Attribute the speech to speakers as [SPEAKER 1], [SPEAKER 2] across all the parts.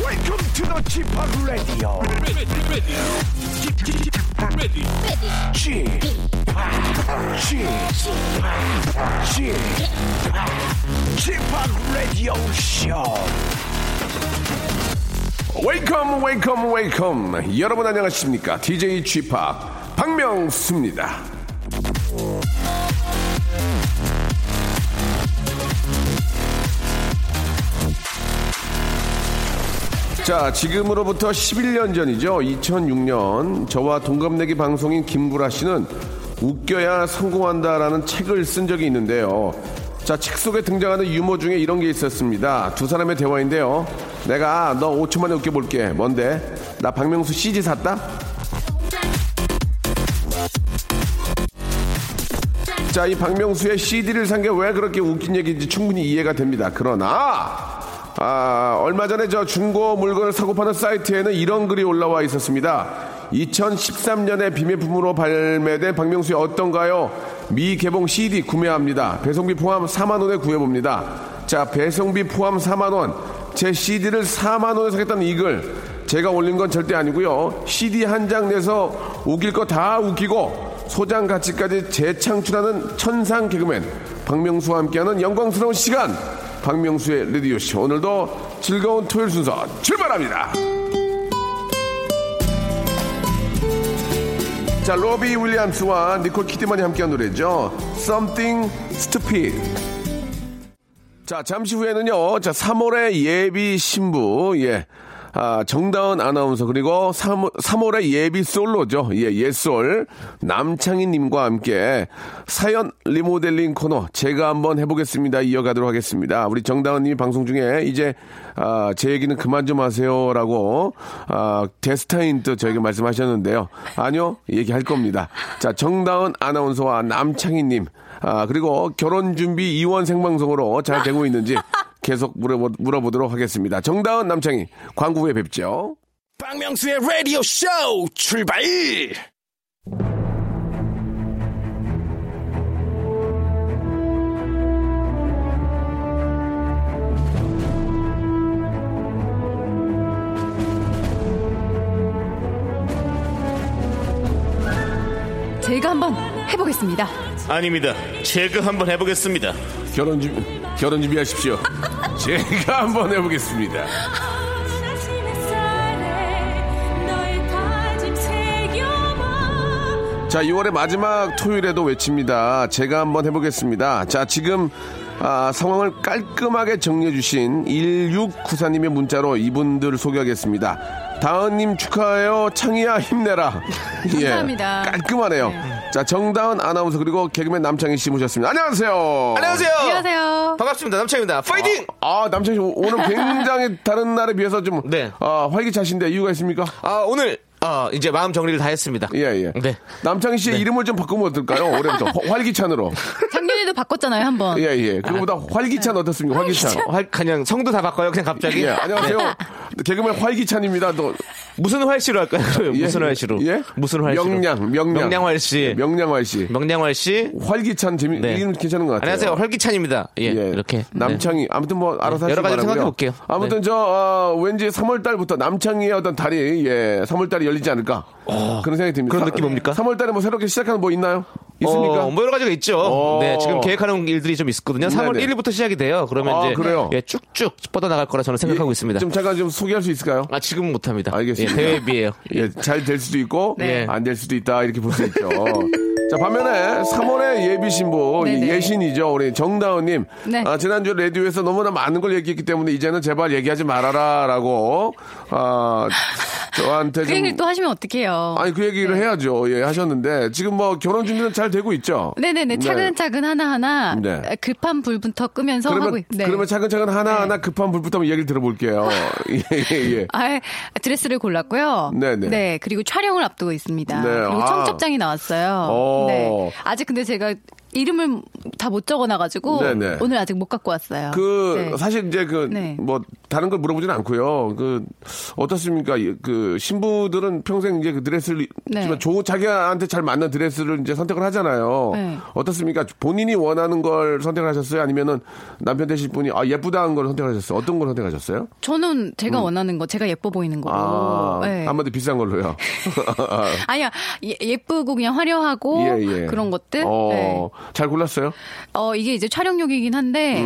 [SPEAKER 1] Welcome to the Chip Radio. Chip Chip Radio Show. Welcome, welcome, welcome. 여러분 안녕하십니까? DJ Chip 박명수입니다. 자, 지금으로부터 11년 전이죠. 2006년 저와 동갑내기 방송인 김구라 씨는 웃겨야 성공한다라는 책을 쓴 적이 있는데요. 자, 책 속에 등장하는 유머 중에 이런 게 있었습니다. 두 사람의 대화인데요. 내가 너 5초 만에 웃겨볼게. 뭔데? 나 박명수 CG 샀다? 자, 이 박명수의 CD를 산 게 왜 그렇게 웃긴 얘기인지 충분히 이해가 됩니다. 그러나, 아, 얼마 전에 저 중고 물건을 사고 파는 사이트에는 이런 글이 올라와 있었습니다. 2013년에 비매품으로 발매된 박명수의 어떤가요? 미개봉 CD 구매합니다. 배송비 포함 4만원에 구해봅니다. 자, 배송비 포함 4만원. 제 CD를 4만원에 사겠다는 이 글. 제가 올린 건 절대 아니고요. CD 한 장 내서 웃길 거 다 웃기고 소장 가치까지 재창출하는 천상 개그맨 박명수와 함께하는 영광스러운 시간 박명수의 라디오 쇼 오늘도 즐거운 토요일 순서 출발합니다. 자 로비 윌리엄스와 니콜 키드만이 함께한 노래죠. Something Stupid. 자, 잠시 후에는요. 자, 3월의 예비 신부. 예. 아, 정다은 아나운서 그리고 3, 3월의 예비 솔로죠. 예, 예솔 남창희 님과 함께 사연 리모델링 코너 제가 한번 해 보겠습니다. 이어가도록 하겠습니다. 우리 정다은 님이 방송 중에 이제 아, 제 얘기는 그만 좀 하세요라고 아, 데스타인 또 저에게 말씀하셨는데요. 아니요. 얘기할 겁니다. 자, 정다은 아나운서와 남창희 님 아, 그리고 결혼 준비 이원 생방송으로 잘 되고 있는지 계속 물어보, 물어보도록 하겠습니다. 정다은 남창희 광고 후에 뵙죠.
[SPEAKER 2] 박명수의 라디오 쇼 출발!
[SPEAKER 3] 제가 한번 해보겠습니다.
[SPEAKER 2] 아닙니다. 제가 한번 해보겠습니다.
[SPEAKER 1] 결혼 준비 결혼 준비하십시오. 제가 한번 해보겠습니다. 자, 6월의 마지막 토요일에도 외칩니다. 제가 한번 해보겠습니다. 자, 지금 아, 상황을 깔끔하게 정리해주신 1694님의 문자로 이분들 소개하겠습니다. 다은님 축하해요. 창희야 힘내라.
[SPEAKER 3] 감사합니다.
[SPEAKER 1] 예, 깔끔하네요. 자, 정다은 아나운서 그리고 개그맨 남창희 씨 모셨습니다. 안녕하세요.
[SPEAKER 4] 안녕하세요.
[SPEAKER 3] 안녕하세요.
[SPEAKER 4] 반갑습니다. 남창입니다. 파이팅!
[SPEAKER 1] 아, 남창희 씨 오늘 굉장히 다른 날에 비해서 좀
[SPEAKER 4] 네.
[SPEAKER 1] 아, 활기차신데 이유가 있습니까?
[SPEAKER 4] 아, 오늘 아, 이제 마음 정리를 다 했습니다.
[SPEAKER 1] 예, 예.
[SPEAKER 4] 네.
[SPEAKER 1] 남창희 씨의 이름을 좀 바꾸면 어떨까요? 올해부터 화- 활기찬으로.
[SPEAKER 3] 작년에도 바꿨잖아요 한 번.
[SPEAKER 1] 예, 예. 그거보다 활기찬 어떻습니까? 활기찬.
[SPEAKER 4] 활- 그냥 성도 다 바꿔요. 그냥 갑자기.
[SPEAKER 1] 예, 안녕하세요.
[SPEAKER 4] 네.
[SPEAKER 1] 개그맨 활기찬입니다. 또
[SPEAKER 4] 무슨 활씨로 할까요? 그럼
[SPEAKER 1] 예.
[SPEAKER 4] 무슨 활씨로?
[SPEAKER 1] 예?
[SPEAKER 4] 무슨 활씨로?
[SPEAKER 1] 명량, 명량.
[SPEAKER 4] 명량활씨. 예,
[SPEAKER 1] 명량활씨.
[SPEAKER 4] 명량활씨.
[SPEAKER 1] 활기찬 재미
[SPEAKER 4] 네.
[SPEAKER 1] 이름 괜찮은 것 같아요.
[SPEAKER 4] 안녕하세요. 활기찬입니다. 예. 이렇게.
[SPEAKER 1] 남창희 아무튼 뭐 알아서 하시기
[SPEAKER 4] 네, 여러 가지
[SPEAKER 1] 바라고요.
[SPEAKER 4] 생각해 볼게요.
[SPEAKER 1] 아무튼
[SPEAKER 4] 네.
[SPEAKER 1] 저 어, 왠지 3월 달부터 남창희의 어떤 달이 예 3월 달이 열리지 않을까 그런 생각이 듭니다.
[SPEAKER 4] 어, 그런
[SPEAKER 1] 사-
[SPEAKER 4] 느낌 옵니까?
[SPEAKER 1] 3월 달에 뭐 새롭게 시작하는 뭐 있나요? 있습니까?
[SPEAKER 4] 어, 뭐 여러 가지가 있죠.
[SPEAKER 1] 어.
[SPEAKER 4] 네, 지금 계획하는 일들이 좀 있거든요. 3월
[SPEAKER 1] 네네.
[SPEAKER 4] 1일부터 시작이 돼요. 그러면
[SPEAKER 1] 아,
[SPEAKER 4] 이제
[SPEAKER 1] 그래요?
[SPEAKER 4] 예, 쭉쭉 뻗어 나갈 거라 저는 생각하고
[SPEAKER 1] 예,
[SPEAKER 4] 있습니다.
[SPEAKER 1] 좀 잠깐 좀 소개할 수 있을까요?
[SPEAKER 4] 아, 지금 못 합니다.
[SPEAKER 1] 알겠습니다.
[SPEAKER 4] 예, 대회비예요.
[SPEAKER 1] 예, 잘 될 수도 있고
[SPEAKER 4] 네.
[SPEAKER 1] 안 될 수도 있다 이렇게 볼 수 있죠. 자 반면에 3월의 예비 신부 이
[SPEAKER 3] 네네.
[SPEAKER 1] 예신이죠 우리 정다은님.
[SPEAKER 3] 네.
[SPEAKER 1] 아, 지난주 라디오에서 너무나 많은 걸 얘기했기 때문에 이제는 제발 얘기하지 말아라라고 아, 저한테
[SPEAKER 3] 그
[SPEAKER 1] 좀
[SPEAKER 3] 얘기를 또 네. 하시면 어떡해요.
[SPEAKER 1] 아니 그 얘기를 해야죠. 예, 하셨는데 지금 뭐 결혼 준비는 잘 되고 있죠.
[SPEAKER 3] 네네네. 차근차근 하나하나
[SPEAKER 1] 네.
[SPEAKER 3] 급한 불부터 끄면서 하고
[SPEAKER 1] 그러면
[SPEAKER 3] 있- 네.
[SPEAKER 1] 그러면 차근차근 하나하나 급한 불부터 한번 이야기를 들어볼게요. 예, 예, 예.
[SPEAKER 3] 아, 드레스를 골랐고요.
[SPEAKER 1] 네네.
[SPEAKER 3] 네, 그리고 촬영을 앞두고 있습니다.
[SPEAKER 1] 네,
[SPEAKER 3] 그리고
[SPEAKER 1] 아.
[SPEAKER 3] 청첩장이 나왔어요.
[SPEAKER 1] 어.
[SPEAKER 3] 네. 아직 근데 제가 이름을 다 못 적어놔가지고
[SPEAKER 1] 네네.
[SPEAKER 3] 오늘 아직 못 갖고 왔어요.
[SPEAKER 1] 그
[SPEAKER 3] 네.
[SPEAKER 1] 사실 이제 그 뭐
[SPEAKER 3] 네.
[SPEAKER 1] 다른 걸 물어보진 않고요. 그 어떻습니까? 이- 그 신부들은 평생 이제 그 드레스를
[SPEAKER 3] 네.
[SPEAKER 1] 지만 조 자기한테 잘 맞는 드레스를 이제 선택을 하잖아요.
[SPEAKER 3] 네.
[SPEAKER 1] 어떻습니까? 본인이 원하는 걸 선택을 하셨어요? 아니면은 남편 되실 분이 아 예쁘다는 걸 선택을 하셨어요? 어떤 걸 선택하셨어요?
[SPEAKER 3] 저는 제가 원하는 거, 제가 예뻐 보이는
[SPEAKER 1] 음.
[SPEAKER 3] 거고.
[SPEAKER 1] 아,
[SPEAKER 3] 네.
[SPEAKER 1] 한마디 비싼 걸로요.
[SPEAKER 3] 아니야 예, 쁘고 그냥 화려하고
[SPEAKER 1] 예, 예.
[SPEAKER 3] 어? 그런 것들.
[SPEAKER 1] 어,
[SPEAKER 3] 네.
[SPEAKER 1] 잘 골랐어요?
[SPEAKER 3] 어 이게 이제 촬영용이긴 한데,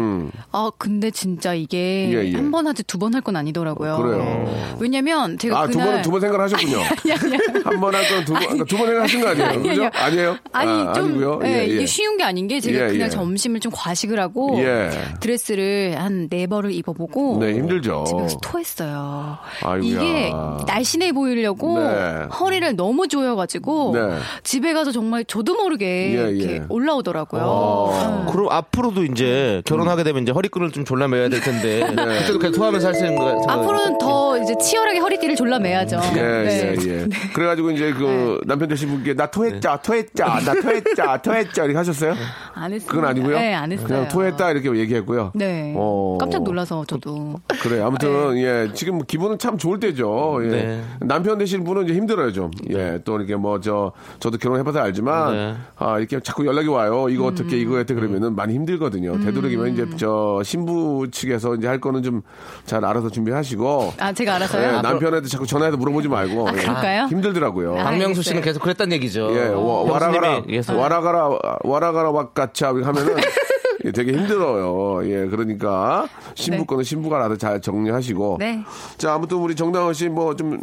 [SPEAKER 3] 어 근데 진짜 이게
[SPEAKER 1] 음. 예, 예.
[SPEAKER 3] 한 번 하지 두 번 할 건 아니더라고요. 네.
[SPEAKER 1] 그래요.
[SPEAKER 3] 왜냐면 제가
[SPEAKER 1] 아, 두
[SPEAKER 3] 그날
[SPEAKER 1] 번은 두 번 생각을 하셨군요.
[SPEAKER 3] 아니 아니
[SPEAKER 1] 한 번 할 건 두 번, 그러니까 두 번 생각하신 거 아니에요?
[SPEAKER 3] 아니, 아니요.
[SPEAKER 1] 그죠? 아니에요?
[SPEAKER 3] 아니
[SPEAKER 1] 아,
[SPEAKER 3] 좀
[SPEAKER 1] 아니고요.
[SPEAKER 3] 예,
[SPEAKER 1] 예, 예.
[SPEAKER 3] 이게 쉬운 게 아닌 게 제가
[SPEAKER 1] 예,
[SPEAKER 3] 그날
[SPEAKER 1] 예.
[SPEAKER 3] 점심을 좀 과식을 하고
[SPEAKER 1] 예.
[SPEAKER 3] 드레스를 한 네 벌을 입어보고
[SPEAKER 1] 네, 힘들죠.
[SPEAKER 3] 집에서 토했어요.
[SPEAKER 1] 아이고야.
[SPEAKER 3] 이게 날씬해 보이려고
[SPEAKER 1] 네.
[SPEAKER 3] 허리를 너무 조여가지고
[SPEAKER 1] 네.
[SPEAKER 3] 집에 가서 정말 저도 모르게
[SPEAKER 1] 예, 어. 예.
[SPEAKER 3] 이렇게 올라오더라고요. 네.
[SPEAKER 4] 그럼 앞으로도
[SPEAKER 1] 음.
[SPEAKER 4] 이제 결혼하게 되면 이제 허리끈을 좀 졸라 매야 될 텐데
[SPEAKER 1] 네.
[SPEAKER 4] 그때도 계속 토하면서 할 수 있는 거
[SPEAKER 3] 앞으로는 더 이제 치열하게 허리띠를 졸라매야죠.
[SPEAKER 1] 어. 예,
[SPEAKER 3] 네.
[SPEAKER 1] 예, 예. 그래가지고 이제 그 남편 되신 분께 나 토했자,
[SPEAKER 4] 네.
[SPEAKER 1] 토했자, 나 토했자, 토했자 이렇게 하셨어요?
[SPEAKER 3] 안 했어요.
[SPEAKER 1] 그건 아니고요.
[SPEAKER 3] 네, 안 했어요.
[SPEAKER 1] 그냥 토했다 이렇게 얘기했고요.
[SPEAKER 3] 네.
[SPEAKER 1] 어.
[SPEAKER 3] 깜짝 네. 놀라서 저도.
[SPEAKER 1] 그래. 아무튼 예, 지금 기분은 참 좋을 때죠. 예.
[SPEAKER 4] 네.
[SPEAKER 1] 남편 되신 분은 이제 힘들어요 좀. 예, 또 이렇게 뭐 저 저도 결혼해봐서 알지만
[SPEAKER 4] 네.
[SPEAKER 1] 아 이렇게 자꾸 연락이 와요.
[SPEAKER 3] 음.
[SPEAKER 1] 이거 어떻게 이거 어떻게 그러면은 많이 힘들거든요. 되도록이면 이제 저 신부 측에서 이제 할 거는 좀 잘 알아서 준비하시고.
[SPEAKER 3] 아 제가 알아서요.
[SPEAKER 1] 예,
[SPEAKER 3] 앞으로-
[SPEAKER 1] 남편한테 자꾸 전화해서 물어보지 말고
[SPEAKER 3] 아, 그럴까요?
[SPEAKER 1] 예, 힘들더라고요.
[SPEAKER 3] 아, 어,
[SPEAKER 4] 박명수
[SPEAKER 3] 알겠어요.
[SPEAKER 4] 씨는 계속 그랬단 얘기죠.
[SPEAKER 1] 예, 와, 와라가라, 아.
[SPEAKER 4] 형수님이 계속.
[SPEAKER 1] 와라가라, 와라가라, 와까차 하면은 예, 되게 힘들어요. 예, 그러니까 신부
[SPEAKER 3] 네.
[SPEAKER 1] 거는 신부가 나도 잘 정리하시고.
[SPEAKER 3] 네.
[SPEAKER 1] 자, 아무튼 우리 정다은 씨 뭐 좀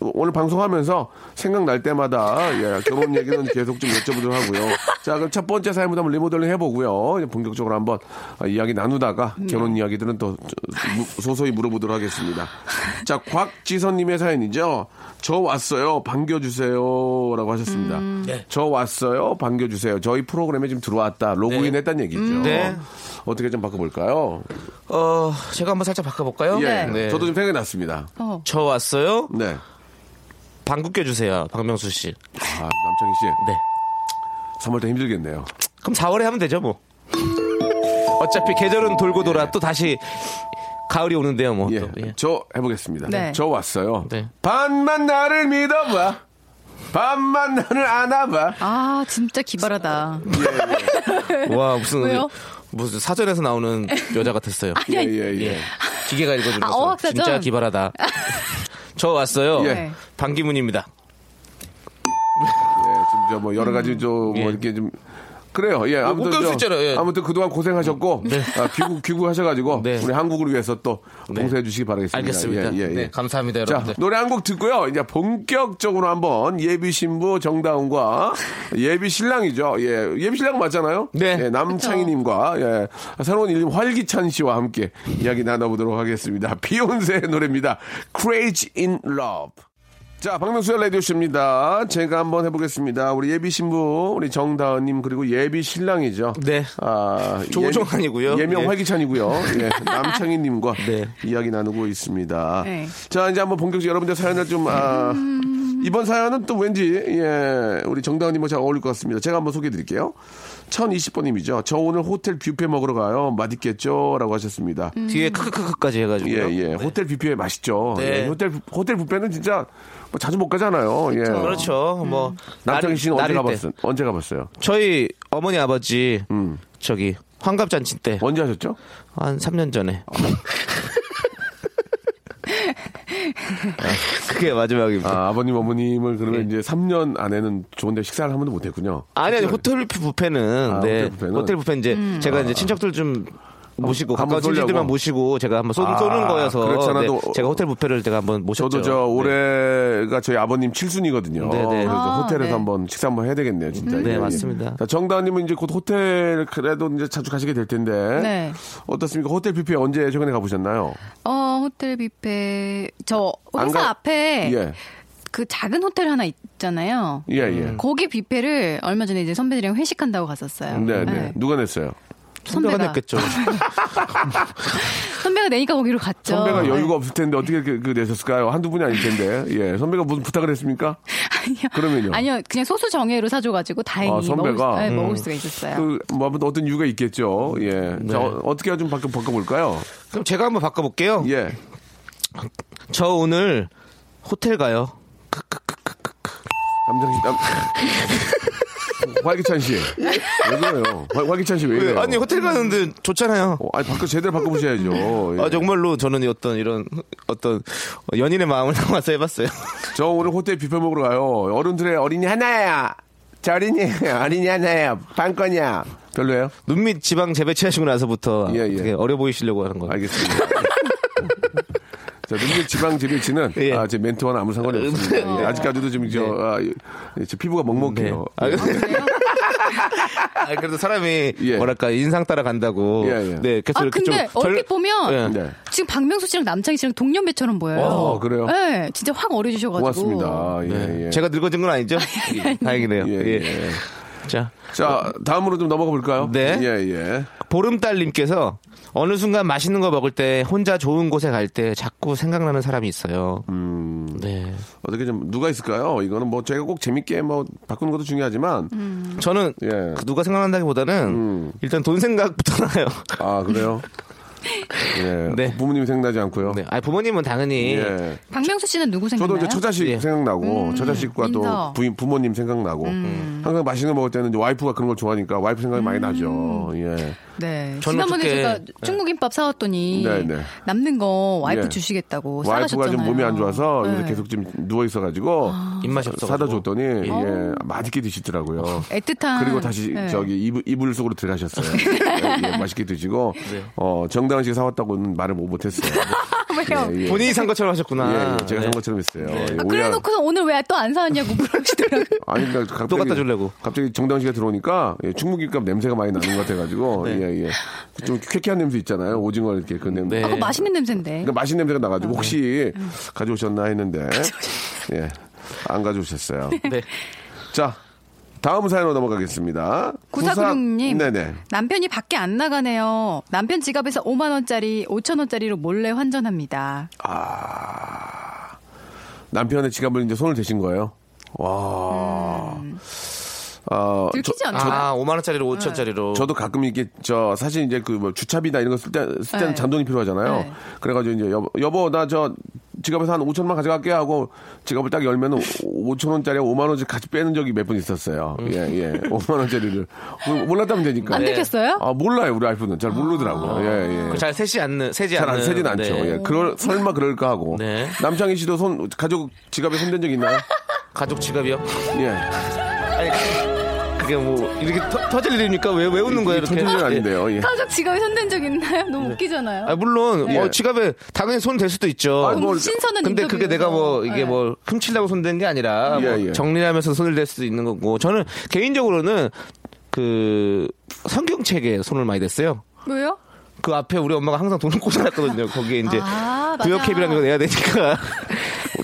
[SPEAKER 1] 오늘 방송하면서 생각날 때마다 예, 결혼 얘기는 계속 좀 여쭤보도록 하고요. 자, 그럼 첫 번째 사연부터 한번 리모델링 해보고요. 이제 본격적으로 한번 아, 이야기 나누다가
[SPEAKER 4] 네.
[SPEAKER 1] 결혼 이야기들은 또 저- 무- 소소히 물어보도록 하겠습니다. 자, 곽지선님의 사연이죠. 저 왔어요. 반겨주세요라고 하셨습니다.
[SPEAKER 4] 음.
[SPEAKER 1] 저 왔어요. 반겨주세요. 저희 프로그램에 지금 들어왔다. 로그인했다는 얘기죠.
[SPEAKER 4] 네.
[SPEAKER 1] 어떻게 좀 바꿔볼까요?
[SPEAKER 4] 어, 제가 한번 살짝 바꿔볼까요?
[SPEAKER 1] 예,
[SPEAKER 4] 네.
[SPEAKER 1] 저도 좀 생각이 났습니다.
[SPEAKER 3] 어.
[SPEAKER 4] 저 왔어요.
[SPEAKER 1] 네.
[SPEAKER 4] 방구 껴주세요, 박명수 씨.
[SPEAKER 1] 아, 남창희 씨.
[SPEAKER 4] 네.
[SPEAKER 1] 3월 때 힘들겠네요.
[SPEAKER 4] 그럼 4월에 하면 되죠, 뭐. 어차피 계절은 돌고 돌아 또 다시 가을이 오는데요, 뭐.
[SPEAKER 1] 예.
[SPEAKER 4] 또. 예.
[SPEAKER 1] 저 해보겠습니다.
[SPEAKER 3] 네.
[SPEAKER 1] 저 왔어요.
[SPEAKER 4] 네.
[SPEAKER 1] 반만 나를 믿어봐. 반만 나를 안아봐.
[SPEAKER 3] 아 진짜 기발하다.
[SPEAKER 4] 와, 무슨
[SPEAKER 3] 왜요?
[SPEAKER 4] 무슨 사전에서 나오는 여자 같았어요.
[SPEAKER 3] 아니
[SPEAKER 1] 예,
[SPEAKER 3] 아니
[SPEAKER 1] 예, 예.
[SPEAKER 4] 예. 기계가 읽어주는
[SPEAKER 3] 아,
[SPEAKER 4] 거.
[SPEAKER 3] 어학사전?
[SPEAKER 4] 진짜 기발하다. 저 왔어요.
[SPEAKER 1] 예.
[SPEAKER 4] 반기문입니다.
[SPEAKER 1] 예, 지금 저 뭐 여러 가지 좀 뭐
[SPEAKER 4] 예.
[SPEAKER 1] 이렇게 좀 그래요. 예, 아무튼
[SPEAKER 4] 웃길 수
[SPEAKER 1] 저-
[SPEAKER 4] 있잖아요, 예. 음.
[SPEAKER 1] 아무튼 그동안 고생하셨고 아, 귀국 귀국하셔가지고
[SPEAKER 4] 네.
[SPEAKER 1] 우리 한국을 위해서 또
[SPEAKER 4] 네.
[SPEAKER 1] 봉사해 주시기 바라겠습니다.
[SPEAKER 4] 알겠습니다.
[SPEAKER 1] 예, 예, 예.
[SPEAKER 4] 네, 감사합니다,
[SPEAKER 1] 자
[SPEAKER 4] 여러분들.
[SPEAKER 1] 노래 한 곡 듣고요. 이제 본격적으로 한번 예비 신부 정다운과 예비 신랑이죠. 예, 예비 신랑 맞잖아요.
[SPEAKER 4] 네.
[SPEAKER 1] 예, 남창희님과 예, 새로운 일님 활기찬 씨와 함께 이야기 나눠보도록 하겠습니다. 비욘세의 노래입니다. Crazy in Love. 자, 박명수의 라디오쇼입니다. 제가 한번 해보겠습니다. 우리 예비 신부, 우리 정다은님, 그리고 예비 신랑이죠.
[SPEAKER 4] 네.
[SPEAKER 1] 아,
[SPEAKER 4] 조우종
[SPEAKER 1] 예명-
[SPEAKER 4] 아니고요.
[SPEAKER 1] 예명
[SPEAKER 4] 네.
[SPEAKER 1] 활기찬이고요. 예, 남창희님과
[SPEAKER 4] 네.
[SPEAKER 1] 이야기 나누고 있습니다.
[SPEAKER 3] 네.
[SPEAKER 1] 자, 이제 한번 본격적으로 여러분들 사연을 좀, 아, 이번 사연은 또 왠지, 예, 우리 정다은님과 잘 어울릴 것 같습니다. 제가 한번 소개해 드릴게요. 1020번님이죠. 저 오늘 호텔 뷔페 먹으러 가요. 맛있겠죠? 라고 하셨습니다.
[SPEAKER 4] 뒤에 크크크크까지 네. 해가지고.
[SPEAKER 1] 음. 예, 예. 호텔 뷔페 맛있죠.
[SPEAKER 4] 네.
[SPEAKER 1] 예, 호텔, 호텔 뷔페는 진짜 뭐 자주 못 가잖아요. 예.
[SPEAKER 4] 그렇죠. 뭐
[SPEAKER 1] 남창희
[SPEAKER 4] 날일-
[SPEAKER 1] 씨는 언제
[SPEAKER 4] 날일 때.
[SPEAKER 1] 가봤어요? 음. 언제 가봤어요?
[SPEAKER 4] 저희 어머니 아버지 저기 환갑 잔치 때 한
[SPEAKER 1] 언제 하셨죠?
[SPEAKER 4] 3년 전에.
[SPEAKER 1] 어.
[SPEAKER 4] 아, 그게 마지막입니다.
[SPEAKER 1] 아, 아버님, 어머님을
[SPEAKER 4] 네.
[SPEAKER 1] 그러면 이제 3년 안에는 좋은데 식사를 한 번도 못 했군요.
[SPEAKER 4] 아니 아니 호텔 뷔페 뷔페는
[SPEAKER 1] 아,
[SPEAKER 4] 네
[SPEAKER 1] 호텔 뷔페는? 아.
[SPEAKER 4] 호텔 뷔페 이제 제가 이제 친척들 좀 모시고
[SPEAKER 1] 한번
[SPEAKER 4] 가까운 친지들만
[SPEAKER 1] 쏘려고.
[SPEAKER 4] 모시고 제가 한번 쏘,
[SPEAKER 1] 아,
[SPEAKER 4] 는 거여서
[SPEAKER 1] 그렇지 않아도
[SPEAKER 4] 네, 제가 호텔 부페를 제가 한번 모셨죠. 음.
[SPEAKER 1] 저도 저 올해가 저희 아버님 칠순이거든요.
[SPEAKER 4] 네, 네.
[SPEAKER 1] 그래서
[SPEAKER 3] 아,
[SPEAKER 1] 호텔에서
[SPEAKER 3] 네.
[SPEAKER 1] 한번 식사 한번 해야 되겠네요, 진짜.
[SPEAKER 4] 네,
[SPEAKER 1] 예, 예.
[SPEAKER 4] 맞습니다.
[SPEAKER 1] 자, 정다은님은 이제 곧 호텔 그래도 이제 자주 가시게 될 텐데
[SPEAKER 3] 네.
[SPEAKER 1] 어떻습니까? 호텔 뷔페 언제 최근에 가보셨나요?
[SPEAKER 3] 어, 호텔 뷔페. 저
[SPEAKER 1] 안
[SPEAKER 3] 회사
[SPEAKER 1] 가-
[SPEAKER 4] 네.
[SPEAKER 3] 앞에
[SPEAKER 1] 예,
[SPEAKER 3] 그 작은 호텔 하나 있잖아요. 음.
[SPEAKER 1] 예, 예.
[SPEAKER 3] 거기 뷔페를 얼마 전에 이제 선배들이랑 회식한다고 갔었어요.
[SPEAKER 1] 네, 네,
[SPEAKER 3] 네.
[SPEAKER 1] 누가 냈어요?
[SPEAKER 4] 선배가
[SPEAKER 3] 선배가
[SPEAKER 4] 냈겠죠.
[SPEAKER 3] 선배가 내니까 거기로 갔죠.
[SPEAKER 1] 선배가
[SPEAKER 3] 네.
[SPEAKER 1] 여유가 없을 텐데 어떻게 그, 그 내셨을까요? 한두 분이 아닐 텐데. 예, 선배가 무슨 부탁을 했습니까?
[SPEAKER 3] 아니요.
[SPEAKER 1] 그러면요?
[SPEAKER 3] 아니요. 그냥 소수 정예로 사줘가지고 다행히
[SPEAKER 1] 아, 선배가?
[SPEAKER 3] 먹을, 수, 네, 먹을 수가 있었어요.
[SPEAKER 1] 그, 뭐, 아무튼 어떤 이유가 있겠죠. 예. 자, 어, 어떻게 좀 바꿔, 바꿔볼까요?
[SPEAKER 4] 그럼 제가 한번 바꿔볼게요.
[SPEAKER 1] 예.
[SPEAKER 4] 저 오늘 호텔 가요.
[SPEAKER 1] 남장씨, 남. 활기찬 씨. 왜 그래요? 활, 활기찬 씨 왜 이래요?
[SPEAKER 4] 아니 호텔 가는데 좋잖아요.
[SPEAKER 1] 예. 어, 아니, 바꿔, 제대로 바꿔보셔야죠. 예.
[SPEAKER 4] 아 정말로 저는 어떤 이런 어떤 연인의 마음을 담아서 해봤어요.
[SPEAKER 1] 저 오늘 호텔 뷔페 먹으러 가요. 어른들의 어린이 하나야. 저 어린이, 어린이 하나야. 빵꺼냐. 별로예요?
[SPEAKER 4] 눈밑 지방 재배치하시고 나서부터
[SPEAKER 1] 예, 예.
[SPEAKER 4] 되게 어려 보이시려고 하는 거예요.
[SPEAKER 1] 알겠습니다. 자, 눈길 지방 재배치는
[SPEAKER 4] 예. 음, 네.
[SPEAKER 1] 아, 제 멘트와는 아무 상관이 없습니다. 예, 아직까지도 지금 저, 아, 예, 제 피부가 먹먹해요.
[SPEAKER 4] 아, 근데- 아, 그래도 사람이
[SPEAKER 1] 예.
[SPEAKER 4] 뭐랄까 인상 따라 간다고.
[SPEAKER 1] 예, 예.
[SPEAKER 4] 네, 계속
[SPEAKER 3] 아
[SPEAKER 4] 이렇게
[SPEAKER 3] 근데
[SPEAKER 4] 좀 절-
[SPEAKER 3] 얼핏 보면
[SPEAKER 4] 예.
[SPEAKER 1] 네.
[SPEAKER 3] 지금 박명수 씨랑 남창희 씨랑 동년배처럼 보여요.
[SPEAKER 1] 어, 그래요?
[SPEAKER 3] 네, 진짜 확 어려지셔가지고.
[SPEAKER 1] 고맙습니다. 예,
[SPEAKER 4] 네.
[SPEAKER 1] 예.
[SPEAKER 4] 제가 늙어진 건 아니죠? 다행이네요.
[SPEAKER 1] 예,
[SPEAKER 4] 예,
[SPEAKER 1] 예.
[SPEAKER 4] 자,
[SPEAKER 1] 자, 다음으로 좀 넘어가 볼까요?
[SPEAKER 4] 네.
[SPEAKER 1] 예, 예.
[SPEAKER 4] 보름달님께서 어느 순간 맛있는 거 먹을 때 혼자 좋은 곳에 갈 때 자꾸 생각나는 사람이 있어요.
[SPEAKER 1] 음.
[SPEAKER 4] 네.
[SPEAKER 1] 어떻게 좀 누가 있을까요? 이거는 뭐 저희가 꼭 재밌게 뭐 바꾸는 것도 중요하지만
[SPEAKER 4] 음. 저는
[SPEAKER 1] 예. 음.
[SPEAKER 4] 그 누가 생각난다기보다는 일단 돈 생각부터 나요.
[SPEAKER 1] 아, 그래요? 예.
[SPEAKER 4] 네.
[SPEAKER 1] 부모님이 생각나지 않고요.
[SPEAKER 4] 네. 아, 부모님은 당연히
[SPEAKER 1] 예.
[SPEAKER 3] 박명수 씨는 누구
[SPEAKER 1] 저도
[SPEAKER 3] 생각나요? 음,
[SPEAKER 1] 이제 처자식
[SPEAKER 4] 예.
[SPEAKER 1] 생각나고 처자식과 또
[SPEAKER 3] 인터.
[SPEAKER 1] 부인 부모님 생각나고
[SPEAKER 3] 음.
[SPEAKER 1] 항상 맛있는 거 먹을 때는 이제 와이프가 그런 걸 좋아하니까 와이프 생각이 많이 나죠. 예.
[SPEAKER 3] 네.
[SPEAKER 4] 저는
[SPEAKER 3] 지난번에
[SPEAKER 4] 어떻게-
[SPEAKER 3] 제가 중국김밥 사왔더니
[SPEAKER 1] 네, 네.
[SPEAKER 3] 남는 거 와이프
[SPEAKER 1] 예.
[SPEAKER 3] 주시겠다고 싸가셨잖아요.
[SPEAKER 1] 와이프가 좀 몸이 안 좋아서 요새
[SPEAKER 3] 뭐 네. 아.
[SPEAKER 1] 계속 좀 누워 있어가지고
[SPEAKER 4] 입맛이 없어.
[SPEAKER 1] 사다 줬더니 예, 맛있게 드시더라고요.
[SPEAKER 3] 애틋한.
[SPEAKER 1] 그리고 다시
[SPEAKER 3] 네.
[SPEAKER 1] 저기 이불, 이불 속으로 들어가셨어요. 예, 예, 맛있게 드시고 어, 정다은 씨가 사왔다고는 말을 못- 못했어요.
[SPEAKER 3] 왜요?
[SPEAKER 1] 예, 예.
[SPEAKER 4] 본인이 산 것처럼
[SPEAKER 1] 예,
[SPEAKER 4] 하셨구나.
[SPEAKER 1] 예, 제가
[SPEAKER 4] 네.
[SPEAKER 1] 산 것처럼 했어요. 예,
[SPEAKER 3] 아, 아,
[SPEAKER 1] 오해하-
[SPEAKER 3] 그래놓고서 오늘 왜 또 안 사왔냐고 물어보시더라고요.
[SPEAKER 1] 아니 그러니까 갑자기
[SPEAKER 4] 또 갖다 주려고.
[SPEAKER 1] 갑자기 정다은 씨가 들어오니까 예, 충무김밥 냄새가 많이 나는 것 같아가지고 예, 예. 좀 쾌쾌한 냄새 있잖아요. 오징어 이렇게 그 냄새.
[SPEAKER 4] 네. 아, 음.
[SPEAKER 3] 아, 그거 맛있는 냄새인데.
[SPEAKER 1] 그러니까 맛있는 냄새가 나가지고 혹시 가져오셨나 했는데 예, 안 가져오셨어요.
[SPEAKER 4] 네.
[SPEAKER 1] 자, 다음 사연으로 넘어가겠습니다.
[SPEAKER 3] 구사구룡님
[SPEAKER 1] 구사- 네네.
[SPEAKER 3] 남편이 밖에 안 나가네요. 남편 지갑에서 5만 원짜리, 5천 원짜리로 몰래 환전합니다.
[SPEAKER 1] 아, 남편의 지갑을 이제 손을 대신 거예요. 와. 어,
[SPEAKER 3] 음. 들키지 않죠?
[SPEAKER 4] 아, 5만 원짜리로 5천 원짜리로.
[SPEAKER 1] 저도 가끔 이게 저 사실 이제 그 뭐 주차비나 이런 거 쓸 때 쓸 때는
[SPEAKER 3] 네.
[SPEAKER 1] 잔돈이 필요하잖아요.
[SPEAKER 3] 네.
[SPEAKER 1] 그래가지고 이제 여보, 여보 나 저 지갑에서 한 5천만 가져갈게 하고 지갑을 딱 열면 5천 원짜리 5만 원씩 같이 빼는 적이 몇 번 있었어요. 예예. 5만 원짜리를 뭐, 몰랐다면 되니까.
[SPEAKER 3] 안 들켰어요?
[SPEAKER 1] 아 몰라요 우리 와이프는 잘 모르더라고요. 예예.
[SPEAKER 4] 그 잘 세지 않는 세지
[SPEAKER 1] 잘 안
[SPEAKER 4] 않는.
[SPEAKER 1] 세진 않죠.
[SPEAKER 4] 네.
[SPEAKER 1] 예. 그럴 설마 그럴까 하고.
[SPEAKER 4] 네.
[SPEAKER 1] 남창희 씨도 손 가족 지갑에 손댄 적 있나요?
[SPEAKER 4] 가족 지갑이요?
[SPEAKER 1] 예.
[SPEAKER 4] 아니 그게 뭐 이렇게 터, 터질 일입니까? 왜 왜 웃는 거예요 이렇게?
[SPEAKER 1] 손댄 적은 아닌데요. 예.
[SPEAKER 3] 가족 지갑에 손댄 적 있나요?
[SPEAKER 1] 네.
[SPEAKER 3] 너무 웃기잖아요.
[SPEAKER 4] 아 물론 뭐 지갑에 당연히 손 댈 수도 있죠.
[SPEAKER 1] 아니, 뭐-
[SPEAKER 3] 신선한
[SPEAKER 4] 근데
[SPEAKER 3] 인터뷰에서.
[SPEAKER 4] 그게 내가 뭐 이게
[SPEAKER 3] 네.
[SPEAKER 4] 뭐 훔치려고 손댄 게 아니라 뭐
[SPEAKER 1] 예, 예.
[SPEAKER 4] 정리하면서 손을 댈 수도 있는 거고 저는 개인적으로는 그 성경책에 손을 많이 댔어요.
[SPEAKER 3] 왜요?
[SPEAKER 4] 그 앞에 우리 엄마가 항상 돈을 꽂아놨거든요. 거기에 이제
[SPEAKER 3] 아, 맞아.
[SPEAKER 4] 구역캡이라는 걸 내야 되니까.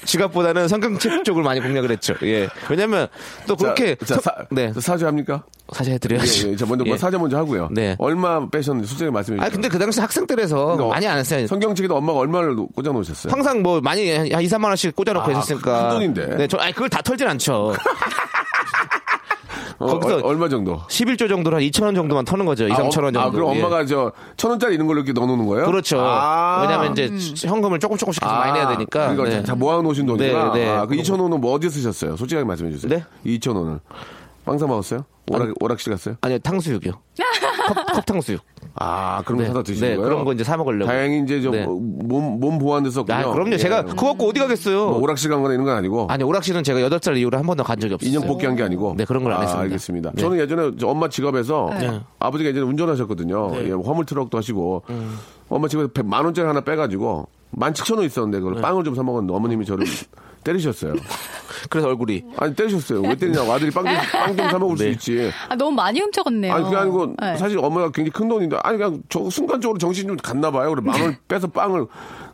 [SPEAKER 4] 지갑보다는 성경책 쪽을 많이 공략을 했죠. 예. 왜냐면 또 그렇게
[SPEAKER 1] 자, 자,
[SPEAKER 4] 성-
[SPEAKER 1] 사,
[SPEAKER 4] 네.
[SPEAKER 1] 사죄합니까?
[SPEAKER 4] 사죄해드려야지.
[SPEAKER 1] 예, 예. 자, 먼저
[SPEAKER 4] 예.
[SPEAKER 1] 사자 먼저 하고요.
[SPEAKER 4] 네.
[SPEAKER 1] 얼마 빼셨는지 솔직히 말씀해 주세요.
[SPEAKER 4] 아 근데 그 당시 학생 때라서
[SPEAKER 1] 그러니까
[SPEAKER 4] 많이 안 했어요.
[SPEAKER 1] 성경책에도 엄마가 얼마를 놓- 꽂아 놓으셨어요?
[SPEAKER 4] 항상 뭐 많이 한 2, 3만 원씩 꽂아놓고 했었으니까.
[SPEAKER 1] 큰 돈인데.
[SPEAKER 4] 네, 저 아니 그걸 다 털진 않죠.
[SPEAKER 1] 어,
[SPEAKER 4] 거기서
[SPEAKER 1] 어, 얼마 정도?
[SPEAKER 4] 11조 정도로 한 2천 원 정도만 터는 거죠. 2, 3천 원 정도.
[SPEAKER 1] 아, 그럼
[SPEAKER 4] 예.
[SPEAKER 1] 엄마가 저천 원짜리 이런 걸로 이렇게 넣어 놓는 거예요?
[SPEAKER 4] 그렇죠.
[SPEAKER 1] 아.
[SPEAKER 4] 왜냐면 이제 현금을 조금 조금씩 계속 많이 내야 되니까.
[SPEAKER 1] 그러니까
[SPEAKER 4] 네.
[SPEAKER 1] 자, 자, 모아 놓으신 돈이구나.
[SPEAKER 4] 네, 네.
[SPEAKER 1] 아, 그 2천 원은 뭐 어디 쓰셨어요? 솔직하게 말씀해 주세요.
[SPEAKER 4] 네?
[SPEAKER 1] 2천 원을. 빵사 먹었어요? 오락 오락실 갔어요?
[SPEAKER 4] 아니요 탕수육이요. 컵, 탕수육
[SPEAKER 1] 아, 그런 거
[SPEAKER 4] 네.
[SPEAKER 1] 사다 드시는
[SPEAKER 4] 네,
[SPEAKER 1] 거예요?
[SPEAKER 4] 그런 거 이제 사 먹으려고.
[SPEAKER 1] 다행히 이제 좀뭐
[SPEAKER 4] 네.
[SPEAKER 1] 몸, 몸 보완됐었군요.
[SPEAKER 4] 아, 그럼요. 제가 그거 갖고 어디 가겠어요.
[SPEAKER 1] 뭐 예. 오락실 간 거나 이런 건 아니고.
[SPEAKER 4] 아니, 오락실은 제가 여덟 살 이후로 한 번도 간 적이 없어요.
[SPEAKER 1] 인형 뽑기 한 게 아니고.
[SPEAKER 4] 네, 그런 걸안
[SPEAKER 1] 아,
[SPEAKER 4] 했습니다.
[SPEAKER 1] 알겠습니다.
[SPEAKER 4] 네.
[SPEAKER 1] 저는 예전에 저 엄마 직업에서 아버지가 예전에 운전하셨거든요.
[SPEAKER 4] 네.
[SPEAKER 1] 예, 화물 트럭도 하시고
[SPEAKER 4] 음.
[SPEAKER 1] 엄마 집에서 100, 만 원짜리 하나 빼가지고 만 칠천 원 있었는데
[SPEAKER 4] 네.
[SPEAKER 1] 그걸 빵을 좀 사 먹었는데 어머님이 저를 때리셨어요.
[SPEAKER 4] 그래서 얼굴이.
[SPEAKER 1] 아니 때리셨어요. 왜 때리냐고 아들이 빵좀사 먹을
[SPEAKER 4] 네.
[SPEAKER 1] 수 있지.
[SPEAKER 3] 아, 너무 많이 훔쳐갔네요.
[SPEAKER 1] 아니 그게 아니고
[SPEAKER 3] 네.
[SPEAKER 1] 사실 어머니가 굉장히 큰 돈인데 아니 그냥 저 순간적으로 정신 이좀 갔나 봐요. 그래
[SPEAKER 4] 네.
[SPEAKER 1] 만원 빼서 빵을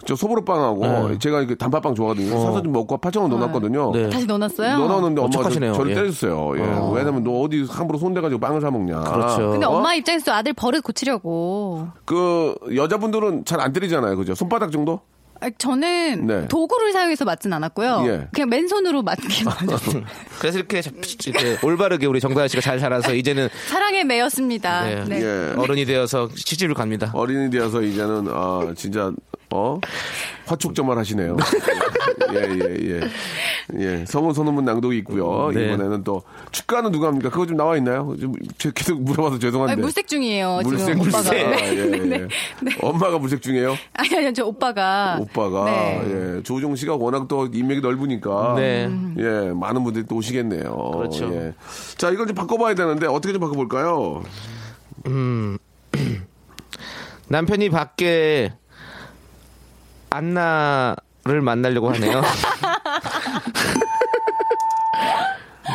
[SPEAKER 1] 저 소보로빵하고 제가 그 단팥빵 좋아하거든요. 사서 좀 먹고 8천 원 넣어놨거든요.
[SPEAKER 4] 어. 네.
[SPEAKER 3] 다시 넣어놨어요?
[SPEAKER 1] 넣어놨는데 엄마가
[SPEAKER 4] 어떡하시네요.
[SPEAKER 1] 저, 저를
[SPEAKER 4] 예.
[SPEAKER 1] 때렸어요. 예. 왜냐면 너 어디 함부로 손대가지고 빵을 사 먹냐.
[SPEAKER 4] 그렇죠.
[SPEAKER 3] 근데
[SPEAKER 1] 어?
[SPEAKER 3] 엄마 입장에서 아들 버릇 고치려고.
[SPEAKER 1] 그 여자분들은 잘 안 때리잖아요, 그죠? 손바닥 정도?
[SPEAKER 3] 아, 저는
[SPEAKER 1] 네.
[SPEAKER 3] 도구를 사용해서 맞진 않았고요.
[SPEAKER 1] 예. 아, 네.
[SPEAKER 3] 그냥 맨손으로 맞긴 맞았어요.
[SPEAKER 4] 그래서 이렇게,
[SPEAKER 1] 음.
[SPEAKER 4] 잡- 이렇게 올바르게 우리 정다현 씨가 잘 자라서 이제는
[SPEAKER 3] 사랑에 매였습니다.
[SPEAKER 4] 네.
[SPEAKER 3] 네.
[SPEAKER 1] 예.
[SPEAKER 4] 어른이 되어서 시집을 갑니다.
[SPEAKER 1] 어린이 되어서 이제는 아 진짜 어 화촉점을 하시네요. 예예예 예, 예. 성운 선언문 낭독이 있고요.
[SPEAKER 4] 네.
[SPEAKER 1] 이번에는 또 축가는 누가 합니까? 그거 좀 나와 있나요? 좀 제- 계속 물어봐서 죄송한데.
[SPEAKER 3] 아니, 물색 중이에요.
[SPEAKER 1] 네. 물색
[SPEAKER 3] 지금 오빠가.
[SPEAKER 1] 물색. 아,
[SPEAKER 3] 네,
[SPEAKER 1] 예,
[SPEAKER 3] 네, 네.
[SPEAKER 1] 예. 엄마가 물색 중이에요.
[SPEAKER 3] 아니 아니요 저 오빠가
[SPEAKER 1] 오빠가
[SPEAKER 3] 네.
[SPEAKER 1] 예 조종 씨가 워낙 또 인맥이 넓으니까
[SPEAKER 4] 네.
[SPEAKER 1] 예 많은 분들이 또 오시겠네요.
[SPEAKER 4] 그렇죠.
[SPEAKER 1] 예. 자 이걸 좀 바꿔봐야 되는데 어떻게 좀 바꿔볼까요?
[SPEAKER 4] 남편이 밖에 안나를 만나려고 하네요.